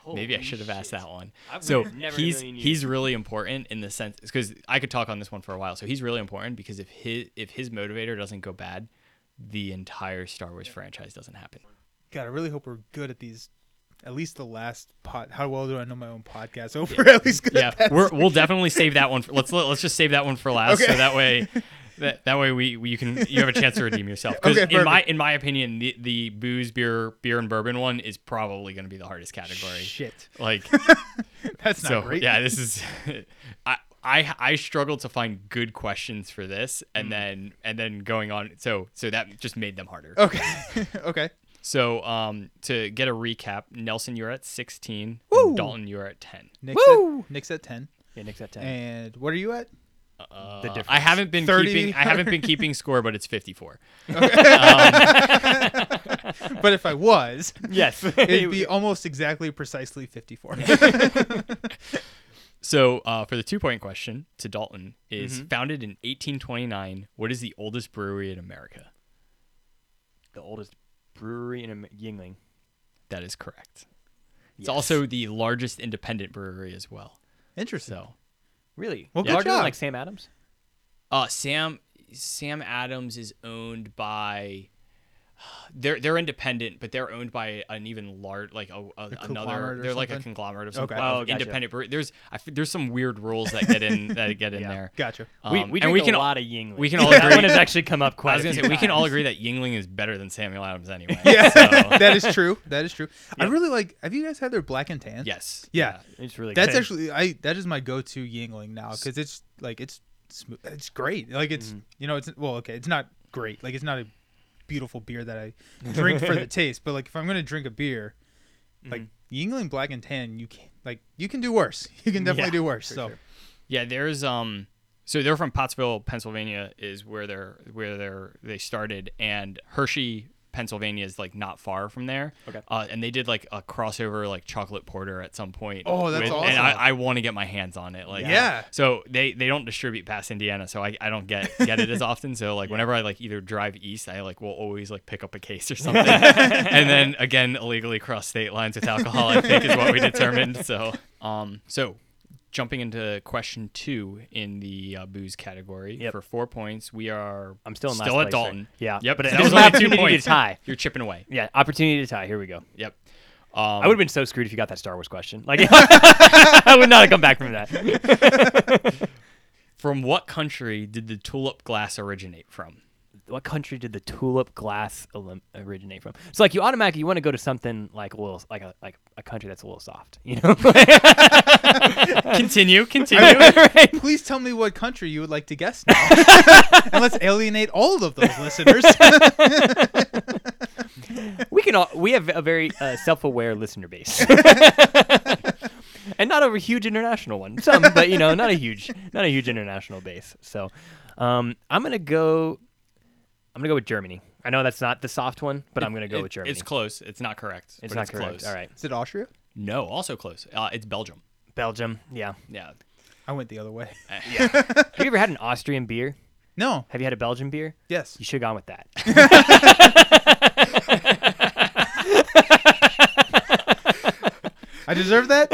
Maybe I
Holy
should have asked
shit.
that one.
I would
so
have never
he's
really knew.
he's really important in the sense because I could talk on this one for a while. So he's really important because if his if his motivator doesn't go bad, the entire Star Wars franchise doesn't happen.
God, I really hope we're good at these. At least the last pot. How well do I know my own podcast? Over at least good.
yeah,
At that.
we're, we'll definitely save that one. For, let's let's just save that one for last, so
Okay.
that way, that, that way we, we you can you have a chance to redeem yourself. Because
Okay,
in my
perfect.
in my opinion, the, the booze, beer, beer and bourbon one is probably going to be the hardest category.
Shit,
Like
that's not
so,
great.
yeah, this is. I I I struggled to find good questions for this,
Mm.
and then and then going on. So so that just made them harder.
Oh. Okay. okay.
So um to get a recap, Nelson, you're at 16. And Dalton, you're at 10.
Nick's,
Woo!
At, Nick's at 10.
Yeah, Nick's at ten.
And what are you at?
Uh,
The difference.
I haven't been
30.
keeping. I haven't been keeping score, but it's fifty-four.
But if I was,
yes.
it'd be almost exactly precisely 54.
So, uh, for the two-point question to Dalton is
Mm-hmm.
founded in 1829. What is the oldest brewery in America?
the oldest brewery in Am- Yingling.
That is correct.
Yes.
It's also the largest independent brewery as well.
Interesting.
So,
really
Well, good
larger than
job.
like Sam Adams.
uh, Sam Sam Adams is owned by. They're they're independent, but they're owned by an even large like a, a- another.
conglomerate or
They're like a
something?
conglomerate of some
Okay.
of
Oh, gotcha.
independent brewery. There's I f there's some weird rules that get in that get in
Yeah.
there.
Gotcha.
we
Um,
we
and
drink
we
a
can
lot of Yingling.
we can all
that
agree-
one has actually come up quite.
I was
a
gonna say
few
we can all
times.
agree that Yingling is better than Samuel Adams anyway.
Yeah,
So,
that is true. That is true. I really like. Have you guys had their black and tan?
yes.
Yeah.
It's really
That's
good.
actually I. That is my go-to Yingling now because it's like it's smooth. It's great. Like it's you know it's well okay. It's not great. Like it's not a beautiful beer that I drink for the taste. But like if I'm gonna drink a beer, like Yingling Black and Tan, you can like you can do worse. You can definitely
Yeah,
do worse. So
sure.
Yeah, there's um so they're from Pottsville, Pennsylvania is where they're where they're they started and Hershey, Pennsylvania is like not far from there.
Okay.
Uh, and they did like a crossover like chocolate porter at some point.
Oh, that's
And
awesome.
I, I want to get my hands on it. Like
Yeah.
So they they don't distribute past Indiana, so I, I don't get get it as often. So like whenever I like either drive east, I like will always like pick up a case or something. and then again illegally cross state lines with alcohol, I think is what we determined. So um so jumping into question 2 in the uh, booze category
Yep.
for 4 points, we are
I'm still in last
still
place,
at Dalton.
right? Yeah.
Yep.
But
that
there's
was
an
only
opportunity to tie.
You're chipping away.
yeah, opportunity to tie. Here we go.
Yep. Um,
I would have been so screwed if you got that Star Wars question. Like, I would not have come back from that.
From what country did the tulip glass originate from?
what country did the tulip glass elim- originate from? So like you automatically you want to go to something like a little like a like a country that's a little soft, you know?
Continue, continue.
Right?
Please tell me what country you would like to guess now. and let's alienate all of those listeners.
We can all we have a very uh, self-aware listener base. and not a huge international one. Some, but you know, not a huge not a huge international base. So um I'm going to go I'm going to go with Germany. I know that's not the soft one, but I'm going to go
It-
with Germany.
It's close. It's not correct.
It's
but
not correct.
Close.
All right.
Is it Austria?
No, also close. Uh, it's Belgium.
Belgium. Yeah.
Yeah.
I went the other way.
Have you ever had an Austrian beer?
No.
Have you had a Belgian beer?
Yes.
You should have gone with that.
I deserve that?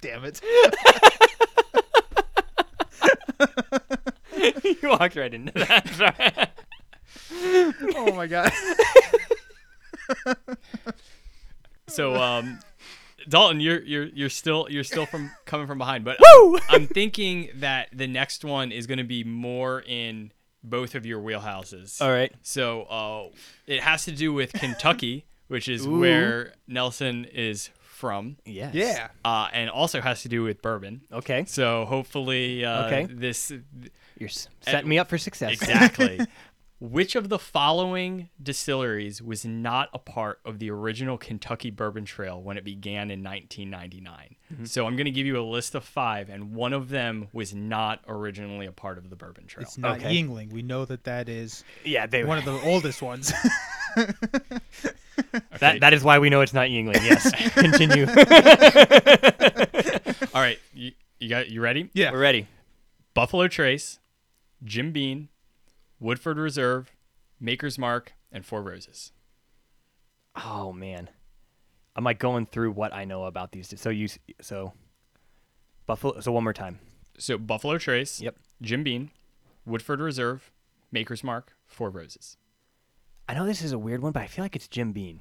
Damn it.
you walked right into that. Sorry.
Oh my god.
So, um, Dalton, you're you're you're still you're still from coming from behind, but
Woo!
I'm thinking that the next one is going to be more in both of your wheelhouses.
All right.
So, uh, it has to do with Kentucky, which is where Nelson is from.
Yes.
Yeah.
Uh, and also has to do with bourbon.
Okay.
So hopefully, uh,
Okay.
this
You're s- setting me up for success.
exactly. Which of the following distilleries was not a part of the original Kentucky Bourbon Trail when it began in 1999?
Mm-hmm.
So I'm going to give you a list of five, and one of them was not originally a part of the Bourbon Trail.
It's not
Okay.
Yingling. We know that that is
Yeah, they
one of the oldest ones.
that, that is why we know it's not Yingling. Yes. Continue.
All right, you, you got you ready?
yeah.
We're ready.
Buffalo Trace, Jim Bean, Woodford Reserve, Maker's Mark, and Four Roses.
Oh man. I'm like going through what I know about these. So you s- so Buffalo so one more time.
So Buffalo Trace,
Yep.
Jim Bean, Woodford Reserve, Maker's Mark, Four Roses.
I know this is a weird one, but I feel like it's Jim Bean.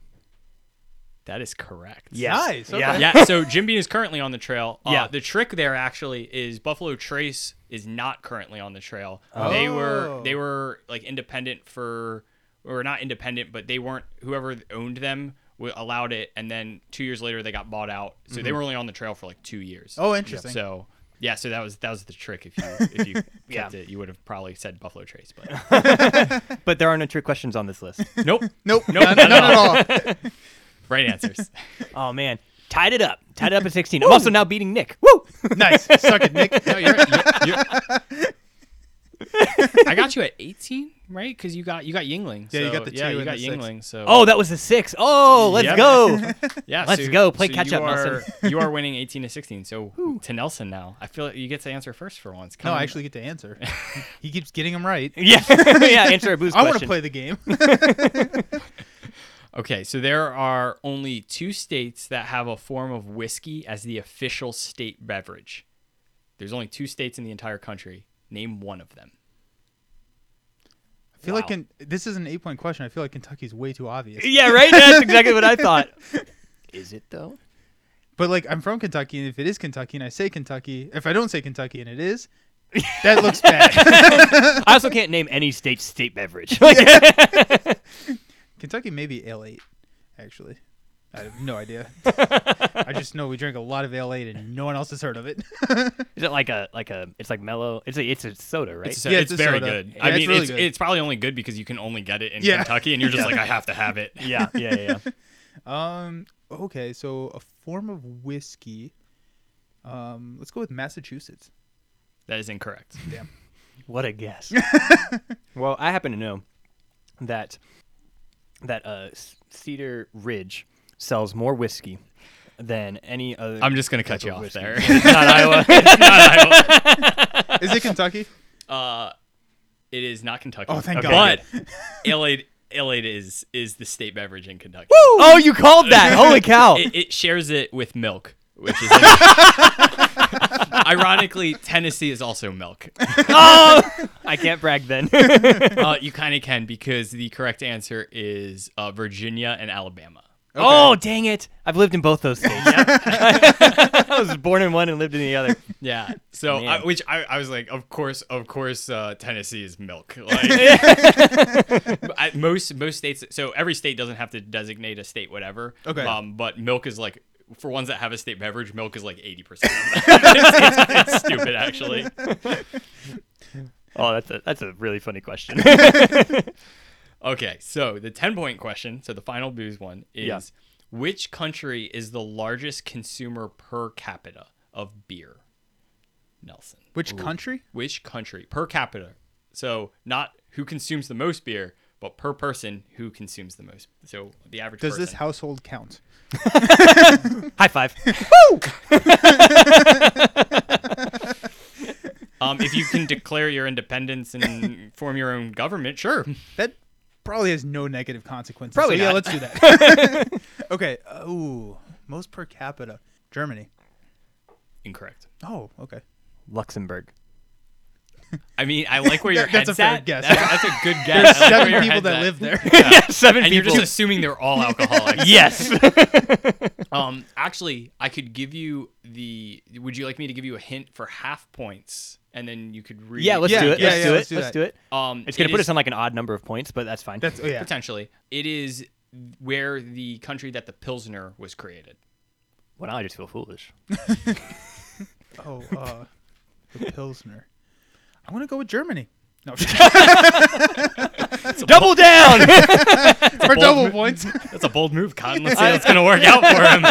That is correct.
Nice, okay.
Yeah.
yeah, so Jim Bean is currently on the trail. Uh,
Yeah.
The trick there actually is Buffalo Trace is not currently on the trail. They were
Oh.
they were like independent for or not independent, but they weren't whoever owned them w- allowed it and then 2 years later they got bought out. So they were only on the trail for like 2 years.
Mm-hmm. Oh, interesting.
So yeah, so that was that was the trick if you if you
Yeah.
kept it, you would have probably said Buffalo Trace, but
But there are no trick questions on this list.
nope.
Nope. None,
Nope, not
none
at
at all.
Right answers.
oh man. Tied it up. Tied it up at 16. I'm also now beating Nick. Woo!
nice. Suck it, Nick.
No, you're, you're, you're- I got you at 18, right? Because you got you got Yingling.
Yeah, you
so-
got the
yeah,
two
you
and
got
the six.
Yingling. So
Oh, that was the 6. Oh, let's
Yep.
go.
yeah,
let's
so-
go. Play
so
catch
you
up,
are,
Nelson.
you are winning 18 to 16. So to Nelson now, I feel like you get to answer first for once.
No,
Come
I
on.
actually get to answer. He keeps getting them right.
yeah. yeah, answer a boost
I
question.
want to play the game.
Okay, so there are only two states that have a form of whiskey as the official state beverage. There's only two states in the entire country. Name one of them.
I feel like
Wow.
in, this is an eight point question. I feel like Kentucky's way too obvious.
Yeah, right. That's exactly what I thought. Is it though?
But like, I'm from Kentucky, and if it is Kentucky, and I say Kentucky, if I don't say Kentucky, and it is, that looks bad.
I also can't name any state state beverage.
Kentucky may be ale eight, actually. I have no idea. I just know we drink a lot of ale eight, and no one else has heard of it.
Is it like a like a? It's like mellow. It's a it's a soda, right?
It's, so,
Yeah,
it's,
it's a
very
soda.
good.
Yeah,
I
it's
mean,
really
it's,
good.
it's probably only good because you can only get it in
Yeah.
Kentucky, and you're just like, I have to have it.
yeah, yeah, yeah. yeah.
Um. Okay. So a form of whiskey. Um. Let's go with Massachusetts.
That is incorrect.
Damn.
what a guess. well, I happen to know that that uh, C- Cedar Ridge sells more whiskey than any other.
I'm just gonna cut
type
you
of
off
whiskey.
there.
It's not Iowa.
Is it Kentucky?
Uh, it is not Kentucky.
Oh, thank
Okay.
But
God.
Elade, Elade is is the state beverage in Kentucky.
oh, you called that! Holy cow!
It, it shares it with milk, which is ironically Tennessee is also milk.
oh, I can't brag then.
Uh, you kind of can because the correct answer is uh, Virginia and Alabama.
Oh, dang it. I've lived in both those states. I was born in one and lived in the other.
Yeah. So, I,
Man.
which I, I was like, of course, of course, uh, Tennessee is milk. Like, I, most most states. So every state doesn't have to designate a state whatever.
Okay.
Um, but milk is like for ones that have a state beverage, milk is like eighty percent. it's, it's- it's stupid, actually.
Oh, that's a, that's a really funny question.
Okay. So the ten point question. So the final booze one is.
Yeah.
Which country is the largest consumer per capita of beer? Nelson.
Which country?
which country per capita so not who consumes the most beer but per person who consumes the most so the average
Does this
person.
household count?
High five.
um if you can declare your independence and form your own government sure
That probably has no negative consequences.
Probably
so, yeah,
not.
let's do that. okay. Ooh, most per capita. Germany.
incorrect
Oh, okay.
Luxembourg.
i mean i like where your
That- that's a
head's
fair
at.
guess.
that's, that's a good guess I like where
Seven
your
people
head's
that
at.
live there.
Seven
and you're
people.
just assuming they're all alcoholics
yes.
um actually i could give you the would you like me to give you a hint for half points and then you could read
yeah, let's
Yeah,
do it.
yeah,
let's
yeah,
do
let's
it.
do
let's
that.
do it.
um
It's going
it
to put
is-
us on like an odd number of points, but that's fine.
That's oh, yeah.
potentially it is where the country that the pilsner was created
well, now I just feel foolish.
Oh, uh, the Pilsner. I want to go with Germany. No,
Double down.
for double points.
That's a bold move, Cotton. Let's see how it's going to work out for him.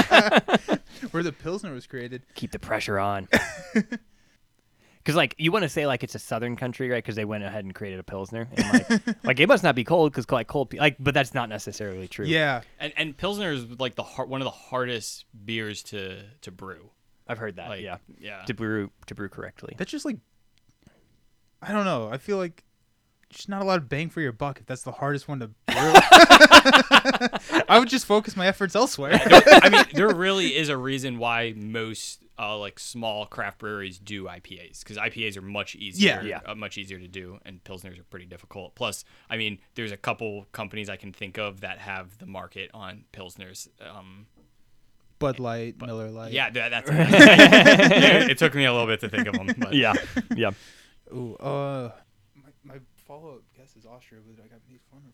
Where the Pilsner was created.
keep the pressure on. Because like you want to say like it's a southern country, right? Because they went ahead and created a pilsner. And, like, like it must not be cold because like cold, pe- like but that's not necessarily true.
Yeah.
And, and Pilsner is like the hard, one of the hardest beers to to brew.
I've heard that.
Like,
yeah,
yeah.
to brew to brew correctly.
That's just like, I don't know. I feel like just not a lot of bang for your buck if that's the hardest one to brew. I would just focus my efforts elsewhere.
I mean, there really is a reason why most uh, like small craft breweries do IPAs because IPAs are much easier,
Yeah. Yeah.
Uh, much easier to do, and pilsners are pretty difficult. Plus, I mean, there's a couple companies I can think of that have the market on pilsners. Um,
Bud Light, Miller Light.
yeah, that, that's it. took me a little bit to think of them. But.
yeah, yeah.
Ooh. Uh, my, my follow-up guess is Austria, but I got made fun of.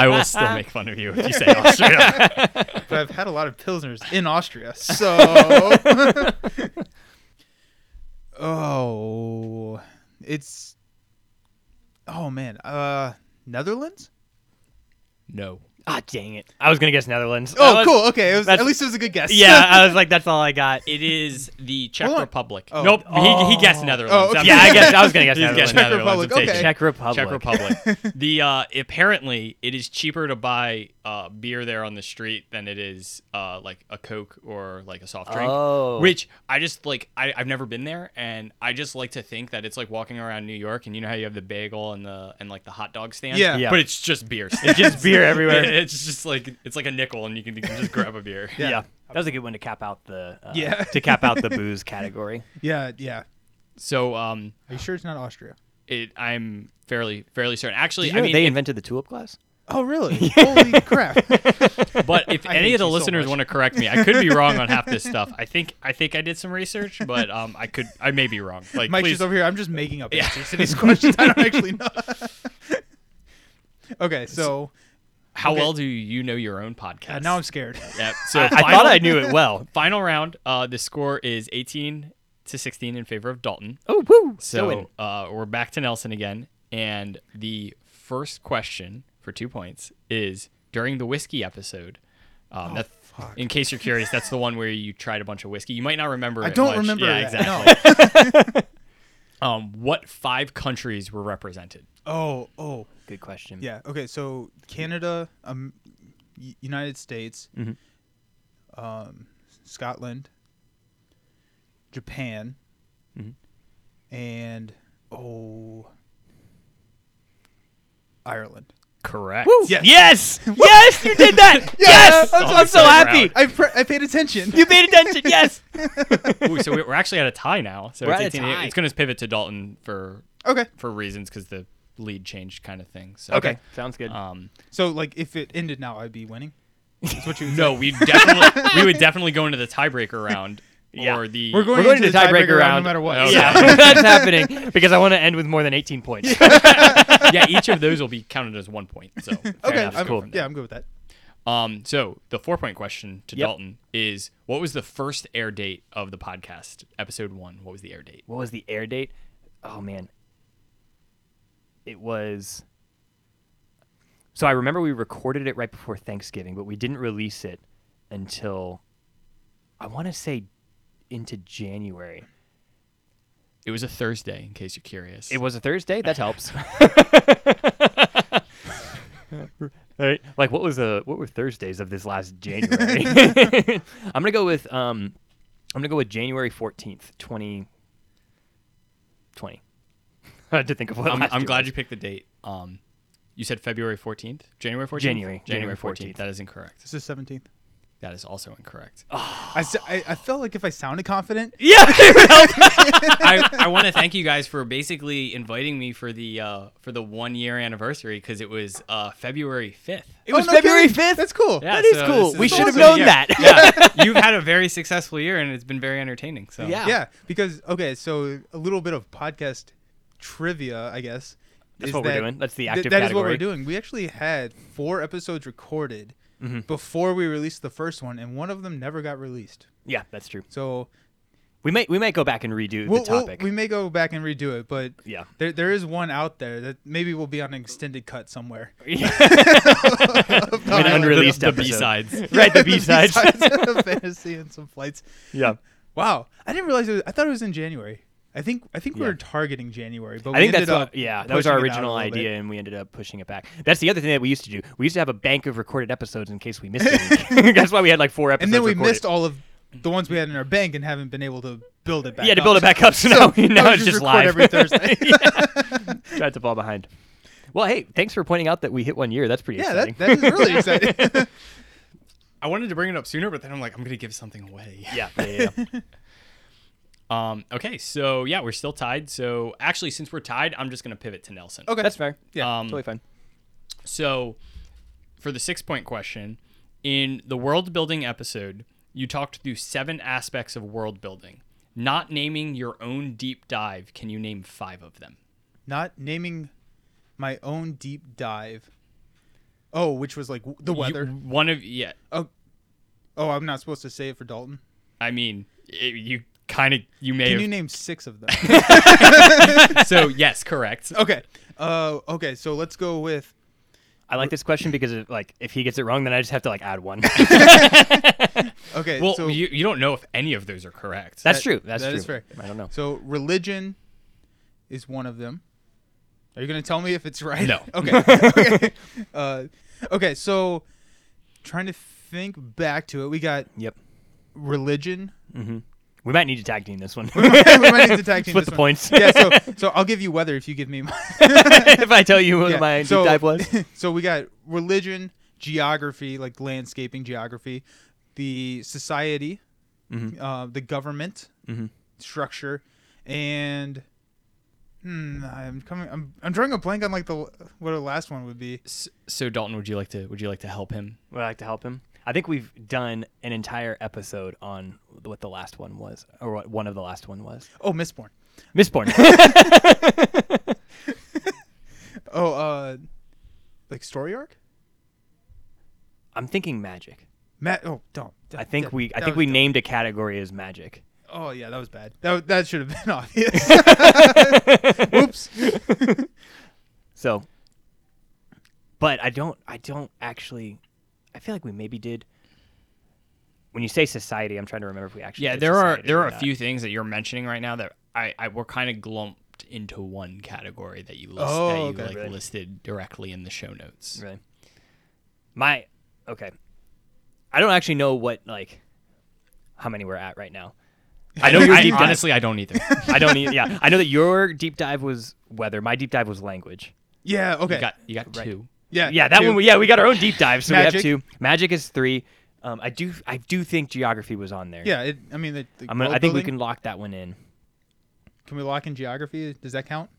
I will still make fun of you if you say Australia.
but I've had a lot of pilsners in Austria, so. oh, it's. Oh man, uh, Netherlands.
No.
Ah, dang it! I was gonna guess Netherlands.
Oh,
I was-
cool. Okay, it was, at
that's-
least it was a good guess.
Yeah, I was like, that's all I got.
Uh, It is the Czech
Hold on.
Republic.
Oh.
Nope, he, he guessed
Oh,
Netherlands.
okay.
yeah, I guess I was gonna guess
He's
Netherlands.
guessing
Czech
Netherlands.
Republic,
I'm
okay.
taking
Czech Republic.
Czech Republic. the uh, apparently it is cheaper to buy uh, beer there on the street than it is uh, like a Coke or like a soft drink.
Oh.
Which I just like. I, I've never been there, and I just like to think that it's like walking around New York, and you know how you have the bagel and the and like the hot dog stand.
Yeah. Yeah.
But it's just beer.
It's just beer everywhere. yeah.
it's just like it's like a nickel, and you can, you can just grab a beer.
that was a good one to cap out the uh,
Yeah.
to cap out the booze category.
yeah, yeah.
So um,
Are you sure it's not Austria?
it I'm fairly fairly certain. Actually,
Did you know
I mean,
they
if-
invented the tulip glass.
Oh, really? Holy crap!
but if
I hate
any of the
you so
listeners
much.
want to correct me, I could be wrong on half this stuff. I think I think I did some research, but um, I could I may be wrong. Like
Mike's
please,
just over here. I'm just making up
Yeah.
answers to these questions. I don't actually know. okay, so
how
okay.
well do you know your own podcast?
uh, now I'm scared.
yeah, so
I, I
final,
thought I knew it well.
final round. Uh, the score is 18 to 16 in favor of Dalton.
Oh, woo!
So uh, we're back to Nelson again, and the first question for two points is during the whiskey episode. Um,
Oh,
that- In case you're curious, that's the one where you tried a bunch of whiskey. You might not remember.
I
it
don't
much.
remember.
Yeah,
that.
exactly.
No.
Um, what five countries were represented?
Oh, oh,
Good question.
yeah. Okay, so Canada, um, U- United States,
Mm-hmm.
um, Scotland, Japan,
Mm-hmm.
and oh, Ireland.
Correct.
Yes.
Yes! Yes, you did that! yes!
I'm so-
I'm, so,
I'm so
happy.
proud.
I pre- I paid attention.
You paid attention. Yes.
Ooh, so we- we're actually at a tie now. So
We're
it's,
at a
18
tie.
it's going to pivot to Dalton for
Okay.
for reasons because the lead change kind of thing. So,
Okay, sounds good.
Um,
So like if it ended now, I'd be winning. That's what you.
no, we definitely we would definitely go into the tiebreaker round
Yeah.
or the
We're going,
We're going
into
to
the
tiebreaker
tiebreaker round
round. Oh,
no matter what.
Okay.
Yeah.
yeah, that's happening because I want to end with more than 18 points.
yeah, each of those will be counted as one point. So fair
Okay.
enough.
I'm,
cool.
Yeah, I'm good with that.
Um, so the four point question to
Yep.
Dalton is what was the first air date of the podcast? Episode one, what was the air date?
what was the air date? Oh man. It was So I remember we recorded it right before Thanksgiving, but we didn't release it until I want to say into January.
It was a Thursday, in case you're curious.
It was a Thursday, that helps. Right. Like what was the what were Thursdays of this last January? I'm going to go with um I'm going to go with January 14th, 2020. I had to think of what
I'm,
last
I'm
year
glad
was.
you picked the date. Um, you said February 14th, January 14th,
January. January 14th.
That is incorrect.
This is 17th.
That is also incorrect.
I, s- I- I felt like if I sounded confident,
I, I want to thank you guys for basically inviting me for the uh, for the one year anniversary because it was uh, February 5th.
It was
Oh, no
February
kidding.
5th.
That's cool.
Yeah,
That is
so
cool.
this
We
is
should have
awesome.
known
Yeah.
that.
Yeah. You've had a very successful year and it's been very entertaining. So
Yeah.
yeah, because okay, so a little bit of podcast trivia, I guess.
That's
is
what we're
that-
doing. That's the
th-
active
that is what we're
category.
doing. We actually had four episodes recorded
Mm-hmm.
before we released the first one, and one of them never got released.
Yeah, that's true.
So
We might we might go back and redo
we'll,
the
we'll-
topic.
we may go back and redo it, but
Yeah.
there there is one out there that maybe will be on an extended cut somewhere.
An unreleased
the, the
episode.
B-sides.
right, the B sides.
Besides fantasy and some flights.
yeah.
Wow, I didn't realize. It was, I thought it was in January. I think I think we
Yeah.
were targeting January, but
I
we
think that's
ended up
what, yeah, that was our
pushing it out a
original
little bit.
idea and we ended up pushing it back. That's the other thing that we used to do. We used to have a bank of recorded episodes in case we missed it. that's why we had like four episodes.
and then we
recorded.
missed all of the ones we had in our bank and haven't been able to build it back.
Yeah, to
up.
build it back up so, now,
So,
now
I
it's
just record
just live.
every Thursday.
Yeah. Tried to fall behind. Well, hey, thanks for pointing out that we hit one year. That's pretty
Yeah,
exciting.
that, that is really exciting.
I wanted to bring it up sooner, but then I'm like, I'm going to give something away.
yeah, yeah, yeah.
Um, okay, so yeah, we're still tied. So actually, since we're tied, I'm just going to pivot to Nelson.
okay,
That's fair.
Yeah,
Um,
totally fine.
So, for the six point question, in the world building episode, you talked through seven aspects of world building. Not naming your own deep dive, can you name five of them?
not naming my own deep dive. Oh, which was like w- the
You-
weather.
one of yeah.
oh, I'm not supposed to say it for Dalton.
I mean, it, you kind of you may
Can
have.
you name six of them?
so yes, correct.
okay. Uh, okay. So let's go with
I like this question because it, like if he gets it wrong, then I just have to like add one.
okay.
Well,
so
you, you don't know if any of those are correct.
That's true. That's
that
true.
is fair.
I don't know.
So religion is one of them. Are you gonna tell me if it's right?
No.
Okay. okay. Uh, okay. So trying to think back to it, we got
Yep.
religion.
We might need to tag team this one.
we might need to tag team this
Split the
one.
points.
yeah. So so I'll give you weather if you give me. My,
if I tell you what
yeah.
my
so,
deep dive was.
so we got religion, geography, like landscaping geography, the society,
Mm-hmm.
uh, the government structure, and. Hmm, I'm coming. I'm, I'm drawing a blank on like the what the last one would be.
S- So Dalton, would you like to would you like to help him?
Would I like to help him? I think we've done an entire episode on what the last one was, or what one of the last one was.
Oh, Mistborn.
Mistborn.
Oh, uh, like story arc.
I'm thinking magic.
Matt. Oh, don't.
I think
that-
we I
that
think
was
we
dumb.
named a category as magic.
Oh yeah, that was bad. That that should have been obvious. Oops.
So but I don't I don't actually I feel like we maybe did when you say society, I'm trying to remember if we actually
Yeah,
did
there are
society
there
or
are a
not.
few things that you're mentioning right now that I, I were kind of glumped into one category that you list,
Oh,
that you
okay.
like
Really?
listed directly in the show notes.
Really? My okay. I don't actually know what like how many we're at right now. I know your
I,
deep dive.
honestly I don't either.
I don't need. Yeah, I know that your deep dive was weather. My deep dive was language.
Yeah. Okay.
You got you got two.
yeah.
Yeah, that
two.
one. we- Yeah, we got our own deep dive, so
Uh, Magic.
we have two. Magic is three. Um, I do. I do think geography was on there.
Yeah. It, I mean, the, the
I'm gonna,
world
I think we
building,
can lock that one in.
Can we lock in geography? Does that count?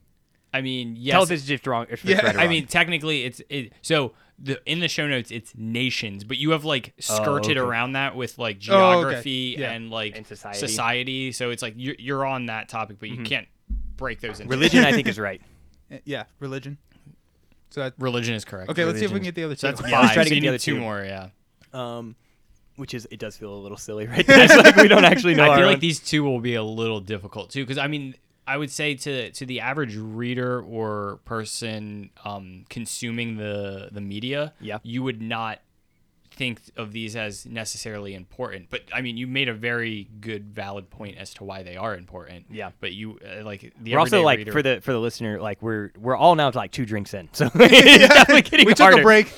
I mean, yes.
Tell if it's just wrong. If it's
Yeah,
right or
I
wrong.
mean, technically, it's it. So the in the show notes, it's nations, but you have like skirted
Oh, okay.
around that with like
Oh, okay.
geography
Yeah.
and like
And society. Mm-hmm.
So it's like you're you're on that topic, but you can't break those into
religion, I think, is right.
Uh, Yeah, religion. So that,
Religion is correct.
okay, let's see if we can get the other two.
So that's
I was
five.
trying to get
so you
the
need
other
two
two.
more. Yeah.
Um, which is it does feel a little silly right now. It's like we don't actually know.
I
our
feel
own-
like these two will be a little difficult too, because I mean, I would say to to the average reader or person um, consuming the the media,
Yeah.
you would not think of these as necessarily important. But I mean, you made a very good, valid point as to why they are important.
Yeah.
but you uh, like the
we're also
everyday
like
reader-
for the for the listener, like we're we're all now like two drinks in, so it's definitely getting
we took
harder.
a break.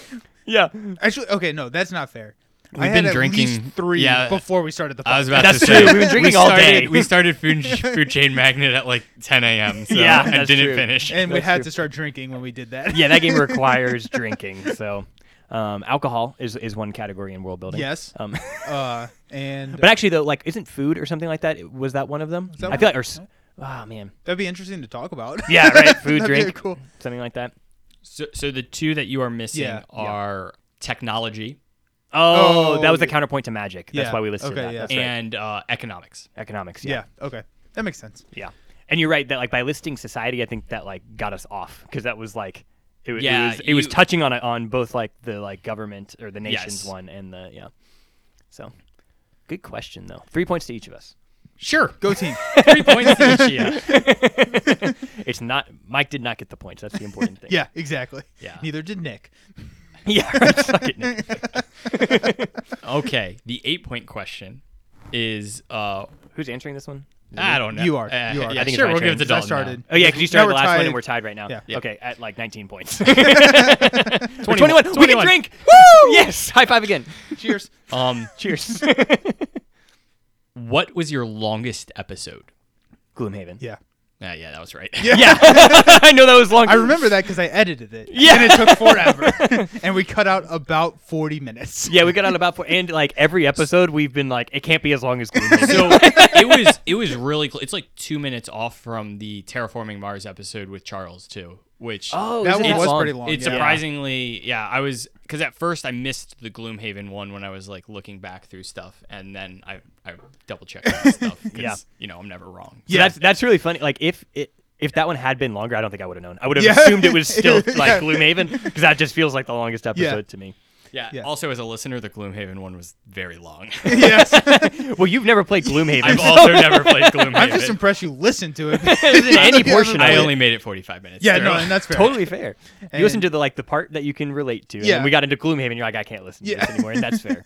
Yeah,
Actually, okay, no, that's not fair. I
We've
had
been
at
drinking-
least three
yeah.
before we started the podcast.
I was about
That's
to
true.
say
We've been drinking
we
all
started,
day.
We started food food chain magnet at like 10 a.m. So,
Yeah,
and
that's
didn't
true.
finish.
and we
That's
had
true.
to start drinking when we did that.
yeah, that game requires drinking. So, um, alcohol is is one category in world building.
Yes.
Um,
Uh, and
but actually, though, like isn't food or something like that? Was that one of them?
that
I feel
one?
like or s- oh man,
that'd be interesting to talk about.
yeah, right. Food,
That'd be
drink,
cool.
something like that.
so, so the two that you are missing
Yeah. Yeah.
are technology
Oh,
Oh,
that was the
yeah.
counterpoint to magic. That's
Yeah,
why we listed
okay,
that.
yeah.
That's right.
and uh, economics.
Economics.
Yeah. Okay, that makes sense.
Yeah. And you're right that like by listing society, I think that like got us off because that was like it, wa- it
Yeah,
was it was
you-
touching on on both like the like government or the nations
Yes.
one and the yeah. So good question though. Three points to each of us.
Sure.
Go team.
Three points to each. Yeah.
It's not Mike did not get the points. That's the important thing.
yeah, exactly.
Yeah.
Neither did Nick.
yeah. Right, Suck it, Nick.
Okay. The eight point question is uh
Who's answering this one?
I don't know.
You are.
Uh,
You are.
Yeah,
I
think it's
sure,
my
we'll
turn,
give it
'cause
to
I
Dalton. now.
started.
Oh yeah, because you
Now
started
we're
the last one
tied.
and we're tied right now.
Yeah.
Yeah.
Okay, at like 19 points. 21. 21. We can
21.
drink. Woo! Yes. High five again.
Cheers.
Um,
Cheers.
what was your longest episode?
Gloomhaven.
Yeah.
Uh, yeah, that was right.
Yeah. I know that was long.
I remember that because I edited it.
Yeah.
And it took forever. and we cut out about 40 minutes.
Yeah, we got on about four, and like every episode, we've been like, it can't be as long as Gloomhaven.
so it was it was really close. It's like two minutes off from the terraforming Mars episode with Charles too, which
Oh,
That one was pretty long.
It's
yeah.
surprisingly, yeah. I was because at first I missed the Gloomhaven one when I was like looking back through stuff, and then I I double checked that stuff. 'cause,
Yeah.
you know I'm never wrong.
So that's that's really funny. Like if it. If that one had been longer, I don't think I would have known. I would have
Yeah.
assumed it was still like
Yeah.
Gloomhaven because that just feels like the longest episode to me.
Yeah.
Yeah.
Also, as a listener, the Gloomhaven one was very long.
Yes.
Well, you've never played Gloomhaven.
I've
so-
also never played Gloomhaven.
I'm just impressed you listened to it.
any portion of
I
it.
only made it 45 minutes.
Yeah,
through.
no, and that's fair.
totally fair.
And-
you listen to the like the part that you can relate to. And then
Yeah.
we got into Gloomhaven. You're like, I can't listen to
Yeah.
this anymore, and that's fair.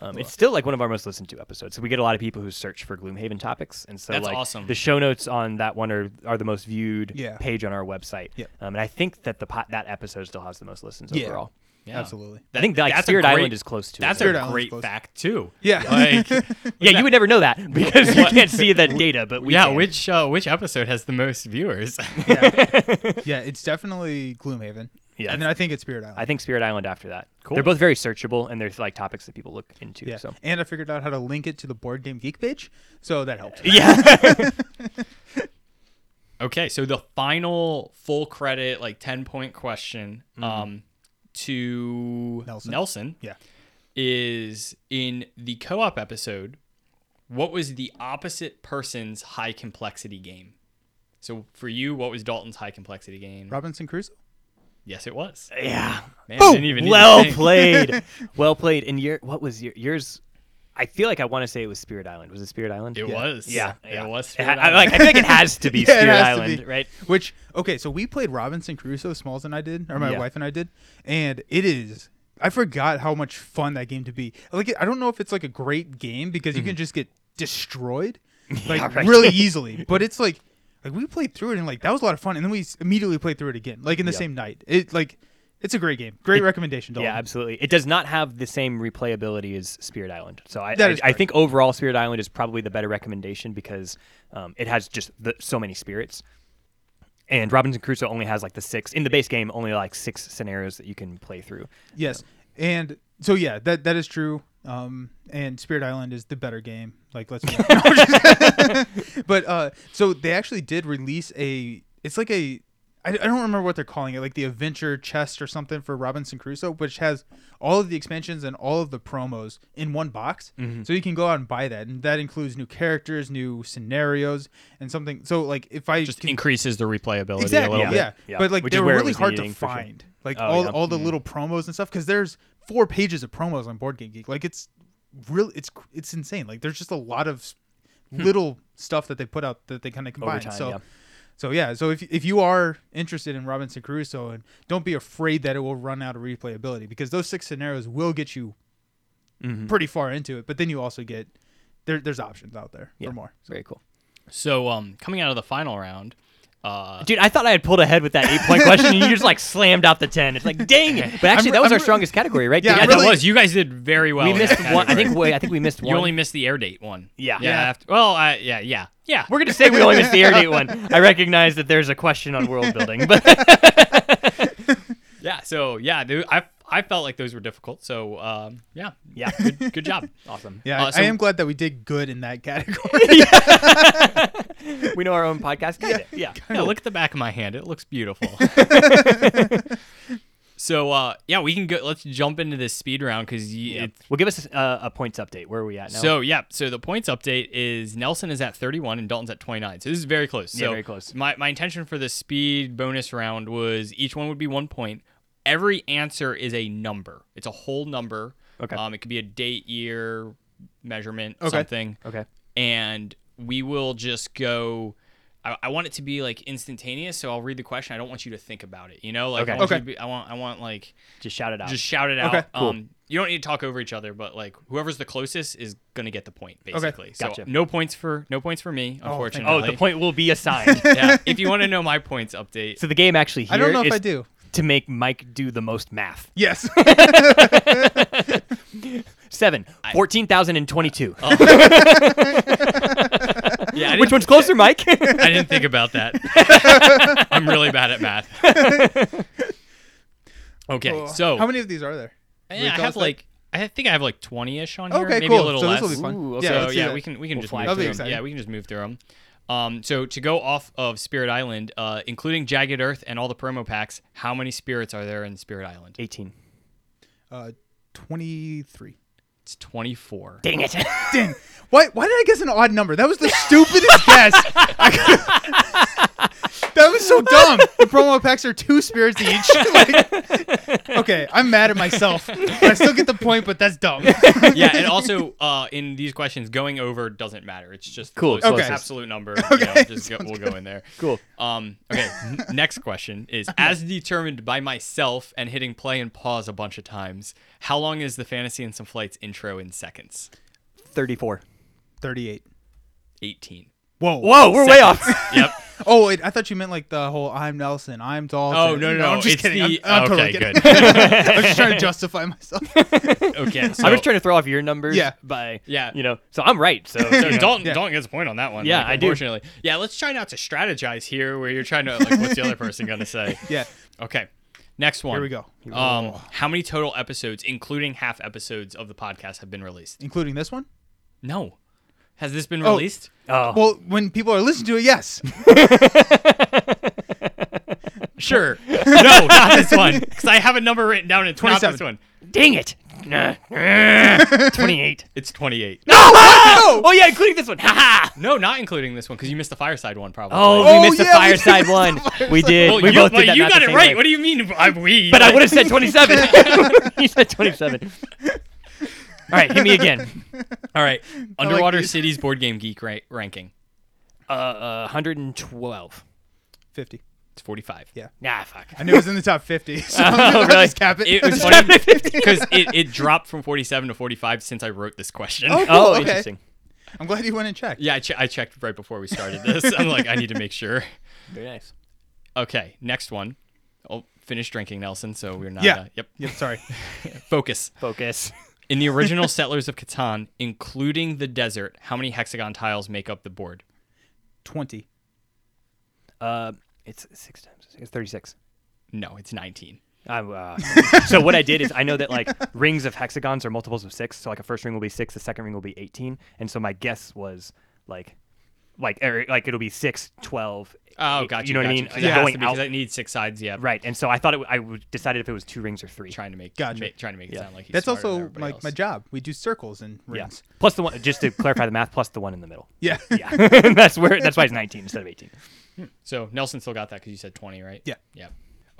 Um, it's still like one of our most listened to episodes. So we get a lot of people who search for Gloomhaven topics, and so
That's
like
awesome.
the show notes on that one are, are the most viewed
Yeah.
page on our website.
Yep.
Um, and I think that the pot, that episode still has the most listens
Yeah.
overall.
Yeah.
Absolutely.
I think that, like
that's a
Spirit
great-
Island is close to.
That's
it.
Spirit
a
Island's
great
close.
fact too.
Yeah.
Like,
yeah. You would never know that because you can't see that data, but we
yeah.
can.
Which uh, which episode has the most viewers?
Yeah, it's definitely Gloomhaven.
Yeah.
And then I think it's Spirit Island.
I think Spirit Island after that.
Cool.
They're both very searchable, and they're like topics that people look into.
yeah.
So
And I figured out how to link it to the board game geek page, so that helped.
yeah.
Okay, so the final full credit, like ten point question, um, to
Mm-hmm. Nelson. Yeah.
is in the co op episode. What was the opposite person's high complexity game? So for you, what was Dalton's high complexity game?
Robinson Crusoe?
Yes, it was.
Uh,
yeah.
Man, I didn't even need to
Oh, well
think.
played, well played. And your what was your yours? I feel like I want to say it was Spirit Island. Was it Spirit Island?
It was.
Yeah, yeah.
it was.
It
Spirit
ha- I,
Island.
like I think it has to be
Yeah, it
Spirit
has to
Island,
be.
right?
Which okay, so we played Robinson Crusoe, Smalls and I did, or my
Yeah.
wife and I did, and it is. I forgot how much fun that game to be. Like, I don't know if it's like a great game because you can just get destroyed, like
Mm-hmm. right.
really easily. But it's like, like we played through it and like that was a lot of fun, and then we s- immediately played through it again, like in the same night. It like, it's a great game. Great recommendation, Dalton.
Yeah, absolutely. It does not have the same replayability as Spirit Island. So I,
That
I,
is
I think overall Spirit Island is probably the better recommendation because um, it has just the, so many spirits. And Robinson Crusoe only has like the six in the base game, only like six scenarios that you can play through.
Yes, and so yeah, that that is true. Um, and Spirit Island is the better game. Like, let's. No, I'm just- but uh, so they actually did release a it's like a I, I don't remember what they're calling it, like the adventure chest or something for Robinson Crusoe, which has all of the expansions and all of the promos in one box. So you can go out and buy that, and that includes new characters, new scenarios, and something. So like if I
Just
can-
increases the replayability a
exactly
little
yeah.
bit.
Yeah.
but like
Which
they
is
were
where it
really
was
hard to
needing, for sure.
find. Like
Oh,
all
yeah.
all the little promos and stuff, because there's four pages of promos on Board Game Geek. Like it's real, it's cr- it's insane. Like there's just a lot of s- little stuff that they put out that they kind of combine.
time,
so.
Hmm. yeah.
So yeah, so if, if you are interested in Robinson Crusoe, and don't be afraid that it will run out of replayability because those six scenarios will get you
Mm-hmm.
pretty far into it. But then you also get there, there's options out there
Yeah.
for more.
Very cool.
So um, coming out of the final round, uh,
Dude, I thought I had pulled ahead with that eight point question, and you just like slammed out the ten. It's like, dang it! But actually,
I'm-
that was
I'm
our
re-
strongest category, right?
Yeah, I'm
Did- I
really- Oh,
thought-
that was you guys did very well.
we
in
missed
that
one. I
category.
think we, I think we missed
you
one.
only missed the air date one.
Yeah.
yeah.
Yeah.
after- well, I, yeah, yeah, yeah.
We're gonna say we only missed the air date one. I recognize that there's a question on world building, but
Yeah. So yeah, dude, I I felt like those were difficult. So um, yeah,
Yeah.
good, good job.
awesome.
Yeah,
Uh,
I-
so-
I am glad that we did good in that category.
We know our own podcast. Kinda. Yeah.
Yeah, look at the back of my hand. It looks beautiful. so uh, yeah, we can go. Let's jump into this speed round because
Yeah. Well, give us uh, a points update. Where are we at now?
So yeah, so the points update is Nelson is at 31 and Dalton's at 29. So this is very close.
Yeah,
So
very close.
My my intention for the speed bonus round was each one would be one point. Every answer is a number. It's a whole number.
Okay.
Um, it could be a date, year, measurement,
Okay.
something.
okay.
And we will just go. I, I want it to be like instantaneous. So I'll read the question. I don't want you to think about it. You know, like
Okay.
I want, you
Okay.
to be, I want I want like
Just shout it out.
just shout it out.
Okay.
Um, you don't need to talk over each other, but like whoever's the closest is gonna get the point, basically. So
Gotcha.
no points for no points for
Oh,
me,
thank
unfortunately.
oh, the point will be assigned.
yeah. If you want to know my points update,
so the game actually here
I don't know if
is
I do.
to make Mike do the most math.
Yes.
Seven. Fourteen thousand and twenty-two.
Oh.
yeah, I
Which
didn't,
one's closer, Mike?
I didn't think about that. I'm really bad at math. okay,
Cool.
so
Oh, how many of these are there?
yeah,
Will you
I
tell us
have
that?
like I think I have like 20ish on here,
Okay,
maybe a
cool.
little
So
less.
this will be fun.
Ooh,
Yeah,
okay.
so
let's do
yeah,
that.
we can we can
We'll
just
fly
move
through
through
them.
them. Yeah, we can just move through them. Um, so to go off of Spirit Island, uh, including Jagged Earth and all the promo packs, how many spirits are there in Spirit Island?
Eighteen.
Uh, twenty-three.
It's twenty-four.
Dang it.
Dang. Why? Why did I guess an odd number? That was the stupidest guess. I could- that was so dumb. The promo packs are two spirits each. Like, okay, I'm mad at myself. But I still get the point, but that's dumb.
yeah, and also uh, in these questions, going over doesn't matter. It's just the
Cool,
closest
closest.
absolute number. You know,
Okay,
just go, we'll go in there.
Cool.
Um, okay, n- next question is as determined by myself and hitting play and pause a bunch of times. How long is the Fantasy and Some Flights intro in seconds?
Thirty-four.
Thirty-eight.
Eighteen.
Whoa.
Whoa, we're way off.
Yep.
Oh, wait, I thought you meant like the whole "I'm Nelson, I'm Dalton."
Oh no no no!
I'm just
it's
kidding.
the-
I'm, I'm totally
okay,
kidding.
good.
I'm just trying to justify myself.
okay, so,
I'm just trying to throw off your numbers.
Yeah.
By
Yeah.
You know. So I'm right. So.
So
you know.
Dalton,
Yeah.
Dalton gets a point on that one.
Yeah,
like,
I do.
Unfortunately, yeah. Let's try not to strategize here, where you're trying to like, what's the other person gonna say?
Yeah.
Okay, next one.
Here we go.
Um, how many total episodes, including half episodes of the podcast, have been released?
Including this one.
No, has this been
Oh.
released?
Oh.
Well, when people are listening to it, yes.
Sure. no, not this one, because I have a number written down. It's not this
27.
one.
Dang it. Nah. Twenty-eight.
It's 28.
No! Oh yeah, including this one. Ha ha.
No, not including this one, because you missed the fireside one probably.
Oh,
Oh,
we missed
yeah,
the
we
fireside
missed
one.
the
We did.
Well,
we
you,
both
well,
did that.
you
not
got
the
it
same
right.
way.
What do you mean? I, we.
but I would have said 27. you said 27. All right, hit me again.
All right. Underwater
these.
Cities Board Game Geek ra- ranking.
Uh, uh, 112.
Fifty.
It's 45.
Yeah.
Nah, fuck.
I knew it was in the top 50. So I'm
Oh,
gonna
really?
just cap it.
It was funny because it, it dropped from 47 to 45 since I wrote this question.
Oh.
Oh,
okay.
interesting.
I'm glad you went and checked.
Yeah, I, che- I checked right before we started this. I'm like, I need to make sure.
Very nice.
Okay, next one. I'll finish drinking, Nelson, so we're not.
Yeah.
Uh, yep.
Yep, sorry.
Focus.
Focus.
In the original Settlers of Catan, including the desert, how many hexagon tiles make up the board?
20.
Uh, it's six times. It's 36.
No, it's 19.
I, uh, so what I did is I know that like rings of hexagons are multiples of six. So like a first ring will be six, the second ring will be 18. And so my guess was like like or, like it'll be six, twelve.
Oh,
eight-
gotcha.
You know
gotcha.
what I
'Cause
mean?
it has to
Going
be, 'cause
out,
it needs six sides. Yeah.
right? And so I thought it, w- I w- decided if it was two rings or three.
Trying to make
Gotcha.
ma- trying to make it
Yeah.
sound like he's
That's
smarter than
also
everybody
like
else.
my job. We do circles and
Yeah.
rings.
Plus the one, just to clarify the math, plus the one in the middle.
Yeah. Yeah.
Yeah, that's where that's why it's 19 instead of 18.
So Nelson still got that because you said twenty, right?
Yeah.
Yeah.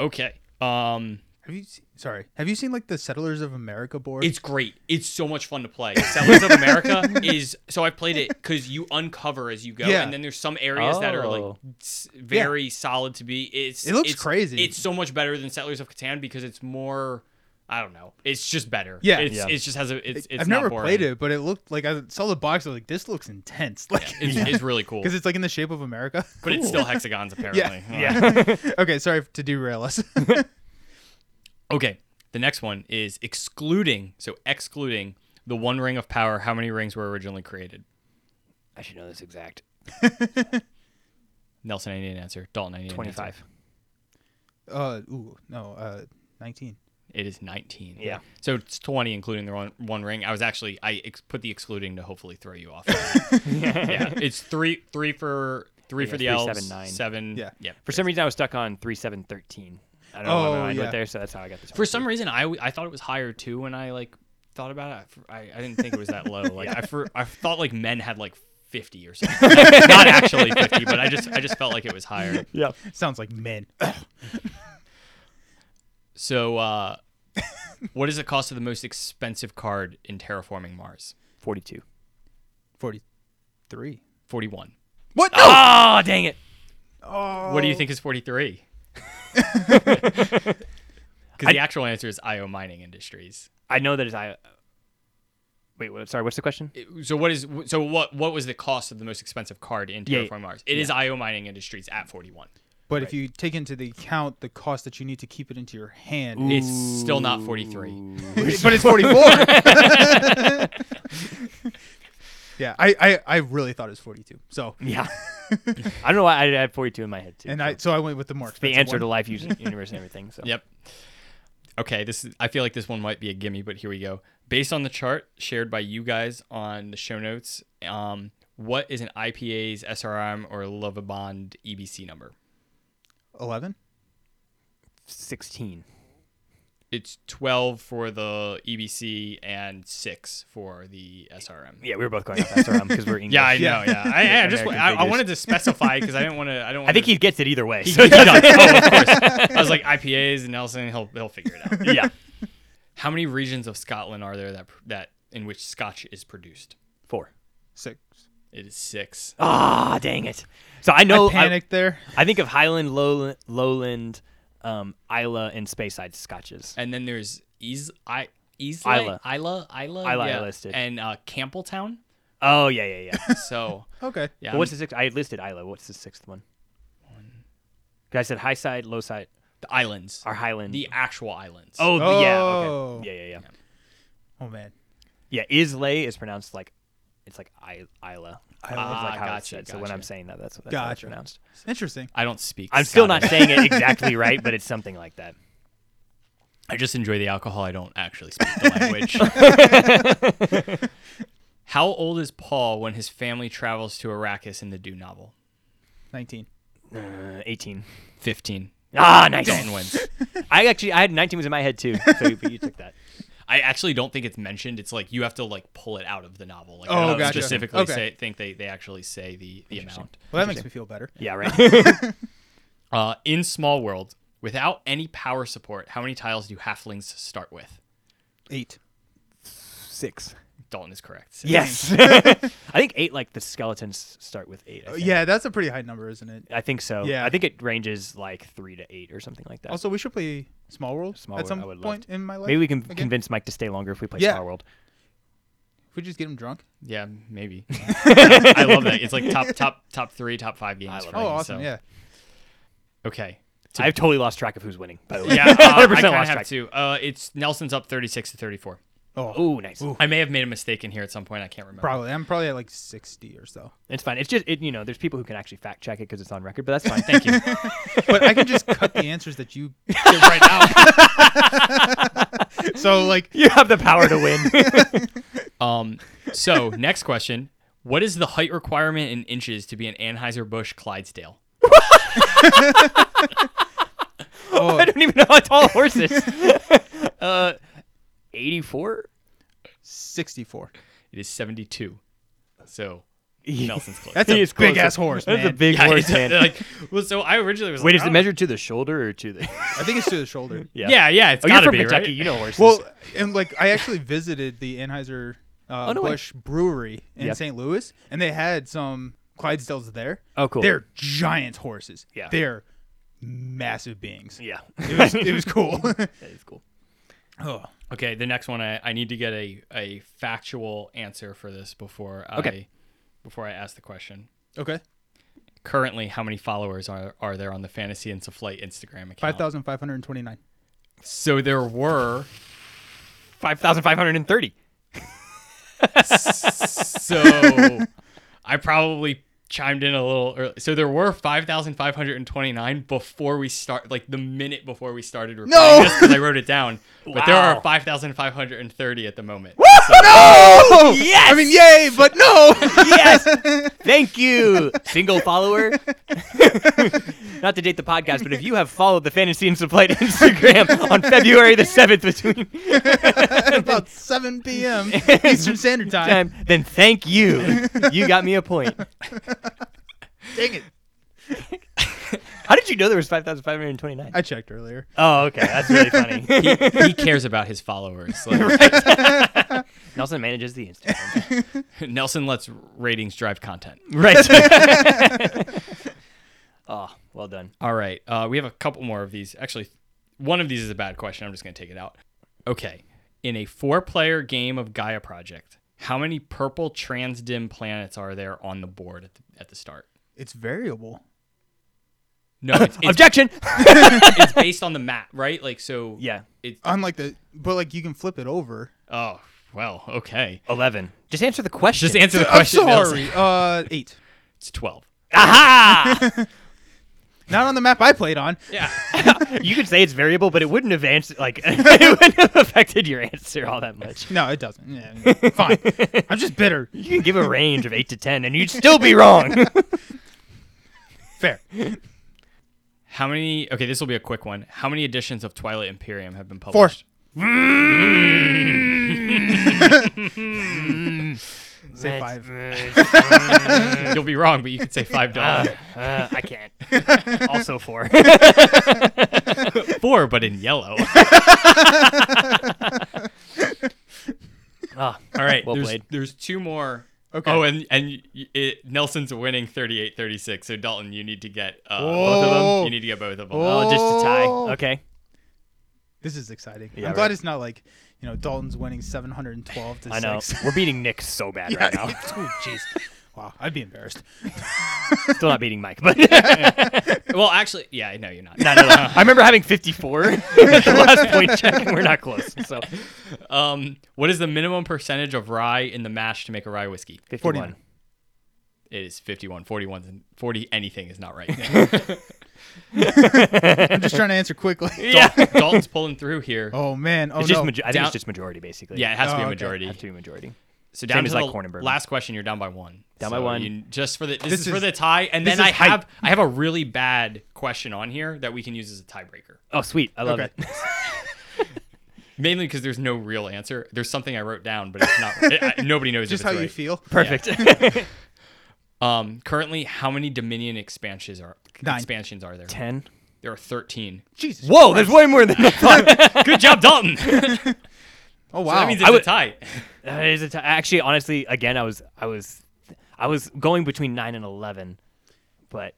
Okay. Um,
Have you se- sorry? Have you seen like the Settlers of America board?
It's great. It's so much fun to play. Settlers of America is so I played it because you uncover as you go,
Yeah.
and then there's some areas that are like
Oh.
s- very solid to be. It's
It looks
it's-
crazy.
It's so much better than Settlers of Catan because it's more. I don't know. It's just better.
Yeah.
It's,
Yeah.
It just has a. It's. it's
I've
not
never
boring.
played it, but it looked like I saw the box. I was like, this looks intense. Like
It's, it's really cool.
because it's like in the shape of America.
but it's still hexagons apparently. Uh,
Yeah.
okay, sorry to derail us.
Okay. The next one is excluding. So excluding the One Ring of Power. How many rings were originally created?
I should know this exact.
Nelson, I need an answer. Dalton, I need an answer.
25.
uh, ooh, no, uh, nineteen.
It is 19.
Yeah.
So it's 20, including the one, one ring. I was actually, I ex- put the excluding to hopefully throw you off. yeah. It's three, three for, three
Yeah,
for the
three,
elves.
seven, nine.
Seven.
Yeah.
Yeah.
For some reason, I was stuck on 3713. I don't know
Oh,
why my mind
yeah.
went there, so that's how I got this.
For some reason, I, w- I thought it was higher too when I like thought about it. I, I didn't think it was that low. Like I, for, I thought like men had like 50 or something. Not actually 50, but I just, I just felt like it was higher.
yeah.
Sounds like men.
So, uh, what is the cost of the most expensive card in terraforming Mars?
42.
Forty-three.
41.
What? No!
Oh, dang it.
Oh.
What do you think is 43? Because the actual answer is IO Mining Industries.
I know that is I. Wait, what, sorry. What's the question?
It- So what is so what what was the cost of the most expensive card in
Yeah.
Terraform Mars? It is IO Mining Industries at 41.
But if you take into the account the cost that you need to keep it into your hand,
It's still not 43.
but it's 44. yeah, I, I, I really thought it was 42. So,
Yeah. I don't know why I had 42 in my head too.
and
so
I so I went with the more
the
expensive
answer
one.
to life, use- universe, and everything. So
Yep. Okay, this is, I feel like this one might be a gimme, but here we go. Based on the chart shared by you guys on the show notes, um, what is an IPA's SRM or Lovabond EBC number?
11.
16.
It's 12 for the EBC and 6 for the SRM.
Yeah, we were both going off SRM because we're English.
Yeah, I
Yeah.
know. Yeah, I, I just
American
I, I
figures.
wanted to specify because I didn't want to. I don't.
I think
wanna-
he gets it either way.
he,
so it
does.
doesn't-
Oh, of course. I was like IPAs and Nelson. He'll he'll figure it out.
yeah.
How many regions of Scotland are there that that in which Scotch is produced?
Four.
6.
It is six.
Ah, dang it. So I know.
I panicked there.
I think of Highland, Lowland, Lowland um, Isla, and Speyside Scotches.
And then there's Is I.
Isla.
Isla, Isla, Isla,
Isla, I
yeah.
listed.
and uh, Campbelltown.
Oh yeah, yeah, yeah.
So
Okay.
yeah,
Well, what's the sixth? I listed Isla. What's the sixth one? I said high side, low side,
the islands,
or Highland.
the actual islands.
oh, the- yeah,
Oh.
okay. yeah, yeah, yeah,
Oh man.
yeah. Islay is pronounced like it's like I, Isla. Isla
Ah,
like how
gotcha,
it's said. So when I'm
gotcha.
saying that, that's what that's how it's
Gotcha.
pronounced.
Interesting.
I don't speak.
I'm still not
Scottish.
saying it exactly right, but it's something like that.
I just enjoy the alcohol. I don't actually speak the language. How old is Paul when his family travels to Arrakis in the Dune novel?
19.
Uh, 18.
15.
Ah, nice.
Dalton wins.
I actually I had 19 was in my head too, so but you took that.
I actually don't think it's mentioned. It's like you have to like pull it out of the novel. Like
Oh,
I don't
gotcha.
specifically
Okay.
say, think they, they actually say the, the amount.
Well, that makes me feel better.
Yeah, right.
Uh, in Small World, without any power support, how many tiles do halflings start with?
8.
Six.
Dalton is correct. So-
Yes. I think eight, like the skeletons start with eight. I
Uh,
think.
Yeah, that's a pretty high number, isn't it?
I think so.
Yeah.
I think it ranges like three to eight or something like that.
Also, we should play Small World
Small
at
World,
some
I would love
point in my life.
Maybe we can
again.
convince Mike to stay longer if we play
Yeah.
Star World.
If we just get him drunk.
Yeah, maybe. I love that. It's like top top top three, top five games.
I love
for
it.
Oh,
me,
awesome.
so-
Yeah.
Okay.
I've totally lost track of who's winning, by the way.
Yeah, uh, I
100%
kind of
lost
have
track.
to. Uh, it's Nelson's up 36 to 34.
Oh,
Oh, nice.
I may have made a mistake in here at some point. I can't remember.
probably. I'm probably at like 60 or so.
It's fine. It's just, it, you know, there's people who can actually fact check it because it's on record, but that's fine.
Thank you.
But I can just cut the answers that you
right now.
So like
you have the power to win.
Um, so next question: What is the height requirement in inches to be an Anheuser-Busch Clydesdale?
I don't even know how tall a horse is. uh, 84?
64.
It is 72. So Nelson's close.
That's a
He is
big
closer.
ass horse,
That's a uh,
man.
big
Yeah,
horse,
it's,
man.
like, well, so I originally was
Wait,
like,
is it
oh.
measured to the shoulder or to the?
I think it's to the shoulder.
Yeah, yeah, it's
Oh, you're
gotta
from
be
Kentucky.
right.
You know horses.
Well, and like I actually visited the Anheuser uh,
Oh, no way.
Busch Brewery in
Yep.
St. Louis, and they had some Clydesdales there.
Oh, cool.
They're giant horses.
Yeah.
They're massive beings.
yeah,
It was, it was cool.
it's cool.
oh.
Okay, the next one I, I need to get a, a factual answer for this before
Okay.
I before I ask the question.
Okay.
Oh.
Currently, how many followers are are there on the Fantasy and Flight Instagram account?
5,529.
So there were
Five thousand five hundred and thirty.
so I probably chimed in a little early. So there were 5,529 before we start, like the minute before we started recording.
No!
Just because I wrote it down. But there
Wow.
are 5,530 at the moment.
No!
yes!
I mean, yay, but no!
Yes, thank you, single follower. Not to date the podcast, but if you have followed the Fantasy and Supply Instagram on February the seventh between
About 7 p.m. Eastern Standard Time.
time, then thank you. You got me a point.
Dang it.
How did you know there was five thousand five hundred and twenty-nine?
I checked earlier.
Oh, okay, that's really funny.
He, he cares about his followers. Like,
Nelson manages the Instagram.
Nelson lets ratings drive content.
Right. oh, well done.
All right. Uh, we have a couple more of these. Actually, one of these is a bad question. I'm just going to take it out. Okay. In a four player game of Gaia Project, how many purple transdim planets are there on the board at the, at the start?
It's variable.
No, it's, it's,
Objection.
it's based on the map, right? Like, so.
yeah.
It,
Unlike the, but like you can flip it over.
oh, well, okay.
11. Just answer the question.
Just answer the question.
I'm
Nelson.
sorry. Uh, eight.
It's 12.
Aha!
Not on the map I played on.
Yeah.
you could say it's variable, but it wouldn't have answered, like, it wouldn't have affected your answer all that much.
No, it doesn't. Yeah, yeah. fine. I'm just bitter.
You can give a range of 8 to 10, and you'd still be wrong.
Fair.
How many? Okay, this will be a quick one. How many editions of Twilight Imperium have been
Four.
published?
Say five.
You'll be wrong, but you could say five dollars.
Uh, I can't. Also 4.
Four, but in yellow.
Ah,
All right.
Well
there's,
played.
There's two more.
Okay.
Oh, and and y- it, Nelson's winning 38-36. So Dalton, you need to get uh, both of
Whoa.
them. You need to get both of them.
oh, just a tie.
Oh.
Okay.
This is exciting.
Yeah,
I'm glad
right.
it's not like, you know, Dalton's winning 712 to
I know.
6.
We're beating Nick so bad right now.
Ooh, jeez. Wow, I'd be embarrassed.
Still not beating Mike, but not
Well, actually, yeah, no, you're not.
at all. I remember having 54 at the last point check, and we're not close. So
Um, what is the minimum percentage of rye in the mash to make a rye whiskey?
51.
It is 51. 41's and 40 anything is not right.
I'm just trying to answer quickly.
Yeah.
Dal- Dalton's pulling through here.
Oh man. Oh
It's just
no.
majo- I think
Down-
it's just majority basically.
Yeah, it has to
Oh,
be a
okay.
majority.
has to be majority.
So down
Same
to
as,
the
like, corn and bourbon.
last question, you're down by one.
Down
So
by one.
you- just for the this,
This
is, for
is-
the tie, and
this
then I
is hype.
have I have a really bad question on here that we can use as a tiebreaker.
Oh, sweet. I love
Okay.
it.
Mainly because there's no real answer. There's something I wrote down, but it's not. I- I- nobody knows.
Just
if
how
it's
you
right.
feel.
Perfect.
Um, currently, how many Dominion expansions are
Nine.
expansions are there?
10.
There are thirteen.
Jesus.
Whoa, there's way more than I thought.
Good job, Dalton.
Oh wow.
That means it's
I would-
a tie.
That is a t- actually, honestly, again, I was, I was, I was going between nine and eleven, but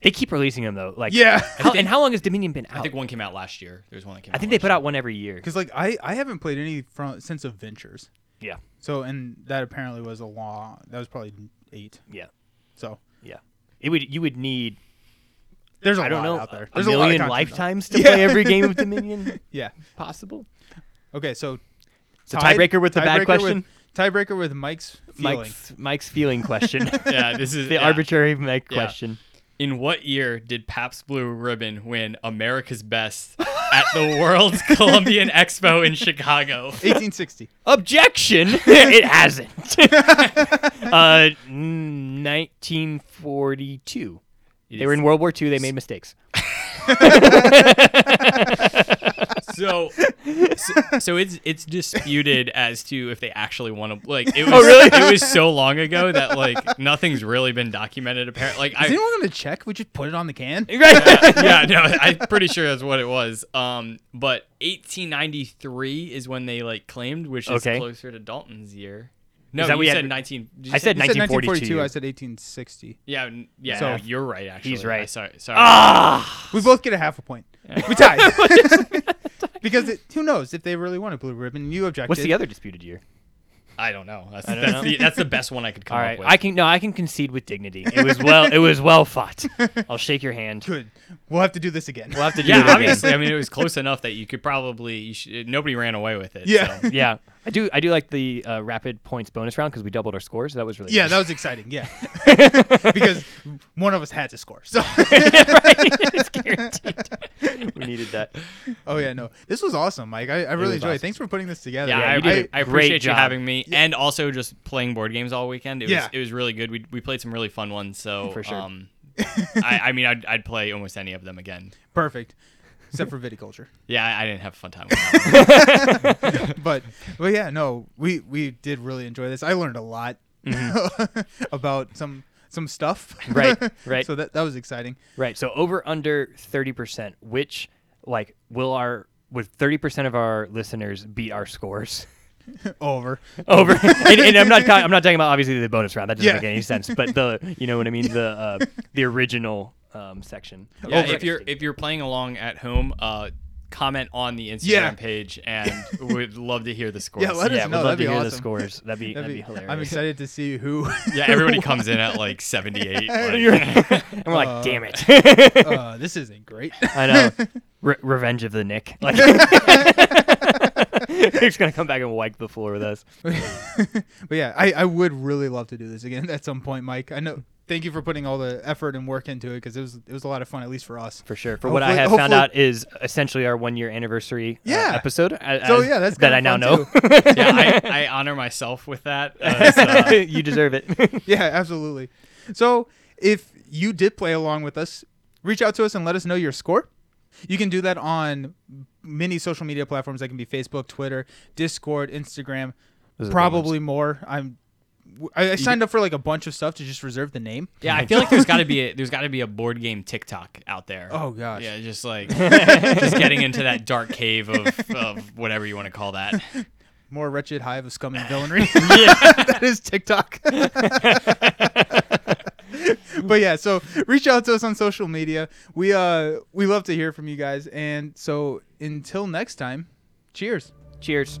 they keep releasing them though. Like,
Yeah.
How, and how long has Dominion been
Oh.
out?
I think one came out last year. There's one that came. out
they
last
put out one every year.
Cuz like I I haven't played any from since Adventures.
Yeah,
So and that apparently was a long. That was probably 8.
yeah,
So
yeah. It would, you would need,
there's a
I don't
lot
know,
out there.
a
There's a, lot of
million
content out there.
lifetimes to
Yeah.
play every game of Dominion.
Yeah.
Possible.
Okay, so
So tiebreaker with the bad
tiebreaker
question?
with- tiebreaker with Mike's feeling.
Mike's Mike's feeling question.
year. Yeah, this is
the
yeah.
arbitrary Mike
Yeah.
question.
In what year did Pabst Blue Ribbon win America's Best at the World's Columbian Expo in Chicago?
1860.
Objection! it hasn't. Uh, mm, 1942. They were in World War II. They made mistakes.
so, so, so it's it's disputed as to if they actually want to like. It was,
Oh, really?
It was so long ago that like nothing's really been documented. Apparently, like
Is
I,
anyone going to check? We just put it on the can.
yeah, no, I'm pretty sure that's what it was. Um, but 1893 is when they like claimed, which is
Okay.
closer to Dalton's year. No,
that
you
we had-
said 19. did you
I
say-
said
You said
1942.
1942. I said 1860.
Yeah, n- yeah.
So-
no, you're right. Actually,
He's right. Ah!
I- Sorry, sorry.
We both get a half a point. We tied. because it, who knows if they really want a blue ribbon? You objected.
What's the other disputed year?
I don't know. That's,
don't
that's,
know.
The, that's the best one I could come
All right,
up with.
I can no, I can concede with dignity. It was well, it was well fought. I'll shake your hand.
Good. We'll have to do this again.
We'll have to do it
yeah,
again.
obviously. I mean, it was close enough that you could probably. You should, nobody ran away with it.
Yeah.
so.
Yeah, I do. I do like the uh, rapid points bonus round because we doubled our scores. that was really
Yeah,
nice.
that was exciting. Yeah, because one of us had to score. So,
it's guaranteed. we needed that.
oh yeah, no, this was awesome, Mike. I, I
was
really enjoyed.
awesome.
it. Thanks for putting this together.
Yeah,
Yeah,
I,
you did
I, I
a great
appreciate you
job.
having me, and also just playing board games all weekend. It was
Yeah.
it was really good. We, we played some really fun ones. So
For sure.
um, I, I mean, I'd, I'd play almost any of them again.
perfect, except for viticulture.
Yeah, I, I didn't have a fun time. With that one.
But, but yeah, no, we we did really enjoy this. I learned a lot about some some stuff.
Mm-hmm. Right, right.
So that that was exciting.
Right. So over under thirty percent. Which like will our would thirty percent of our listeners beat our scores?
Over.
Over. and, and I'm not. ta- I'm not talking about obviously the bonus round. That doesn't
Yeah.
make any sense. But the you know what I mean. The uh, the original um, section.
Yeah, if you're if you're playing along at home, uh, comment on the Instagram
Yeah.
page, and we'd love to hear the scores.
Yeah, let us no,
yeah, we'd love
that'd
to
be
hear the
awesome.
scores. That'd be that'd,
That'd
be,
be-
hilarious.
I'm excited to see who.
Yeah, everybody comes in at like 78. like-
and we're like, damn it.
uh, this isn't great.
I know. Re- Revenge of the Nick. Like, he's gonna come back and wipe the floor with us.
But yeah, I, I would really love to do this again at some point, Mike. I know. Thank you for putting all the effort and work into it because it was it was a lot of fun, at least for us.
For sure. For what I have
Hopefully-
found
hopefully-
out is essentially our one year anniversary uh,
Yeah.
episode. a-
So
as-
yeah, that's
that I
kinda
now
fun,
know.
yeah, I, I honor myself with that. Uh, so-
you deserve it.
yeah, absolutely. So if you did play along with us, reach out to us and let us know your score. You can do that on many social media platforms. That can be Facebook, Twitter, Discord, Instagram,
Those are the big
probably more. I'm I, I signed up for like a bunch of stuff to just reserve the name.
yeah, I feel like there's got to be a, there's got to be a board game TikTok out there.
Oh, gosh.
Yeah, just like just getting into that dark cave of, of whatever you want to call that.
More wretched hive of scum and villainy. that is TikTok. but yeah, so reach out to us on social media. We uh we love to hear from you guys. And so until next time, cheers.
Cheers.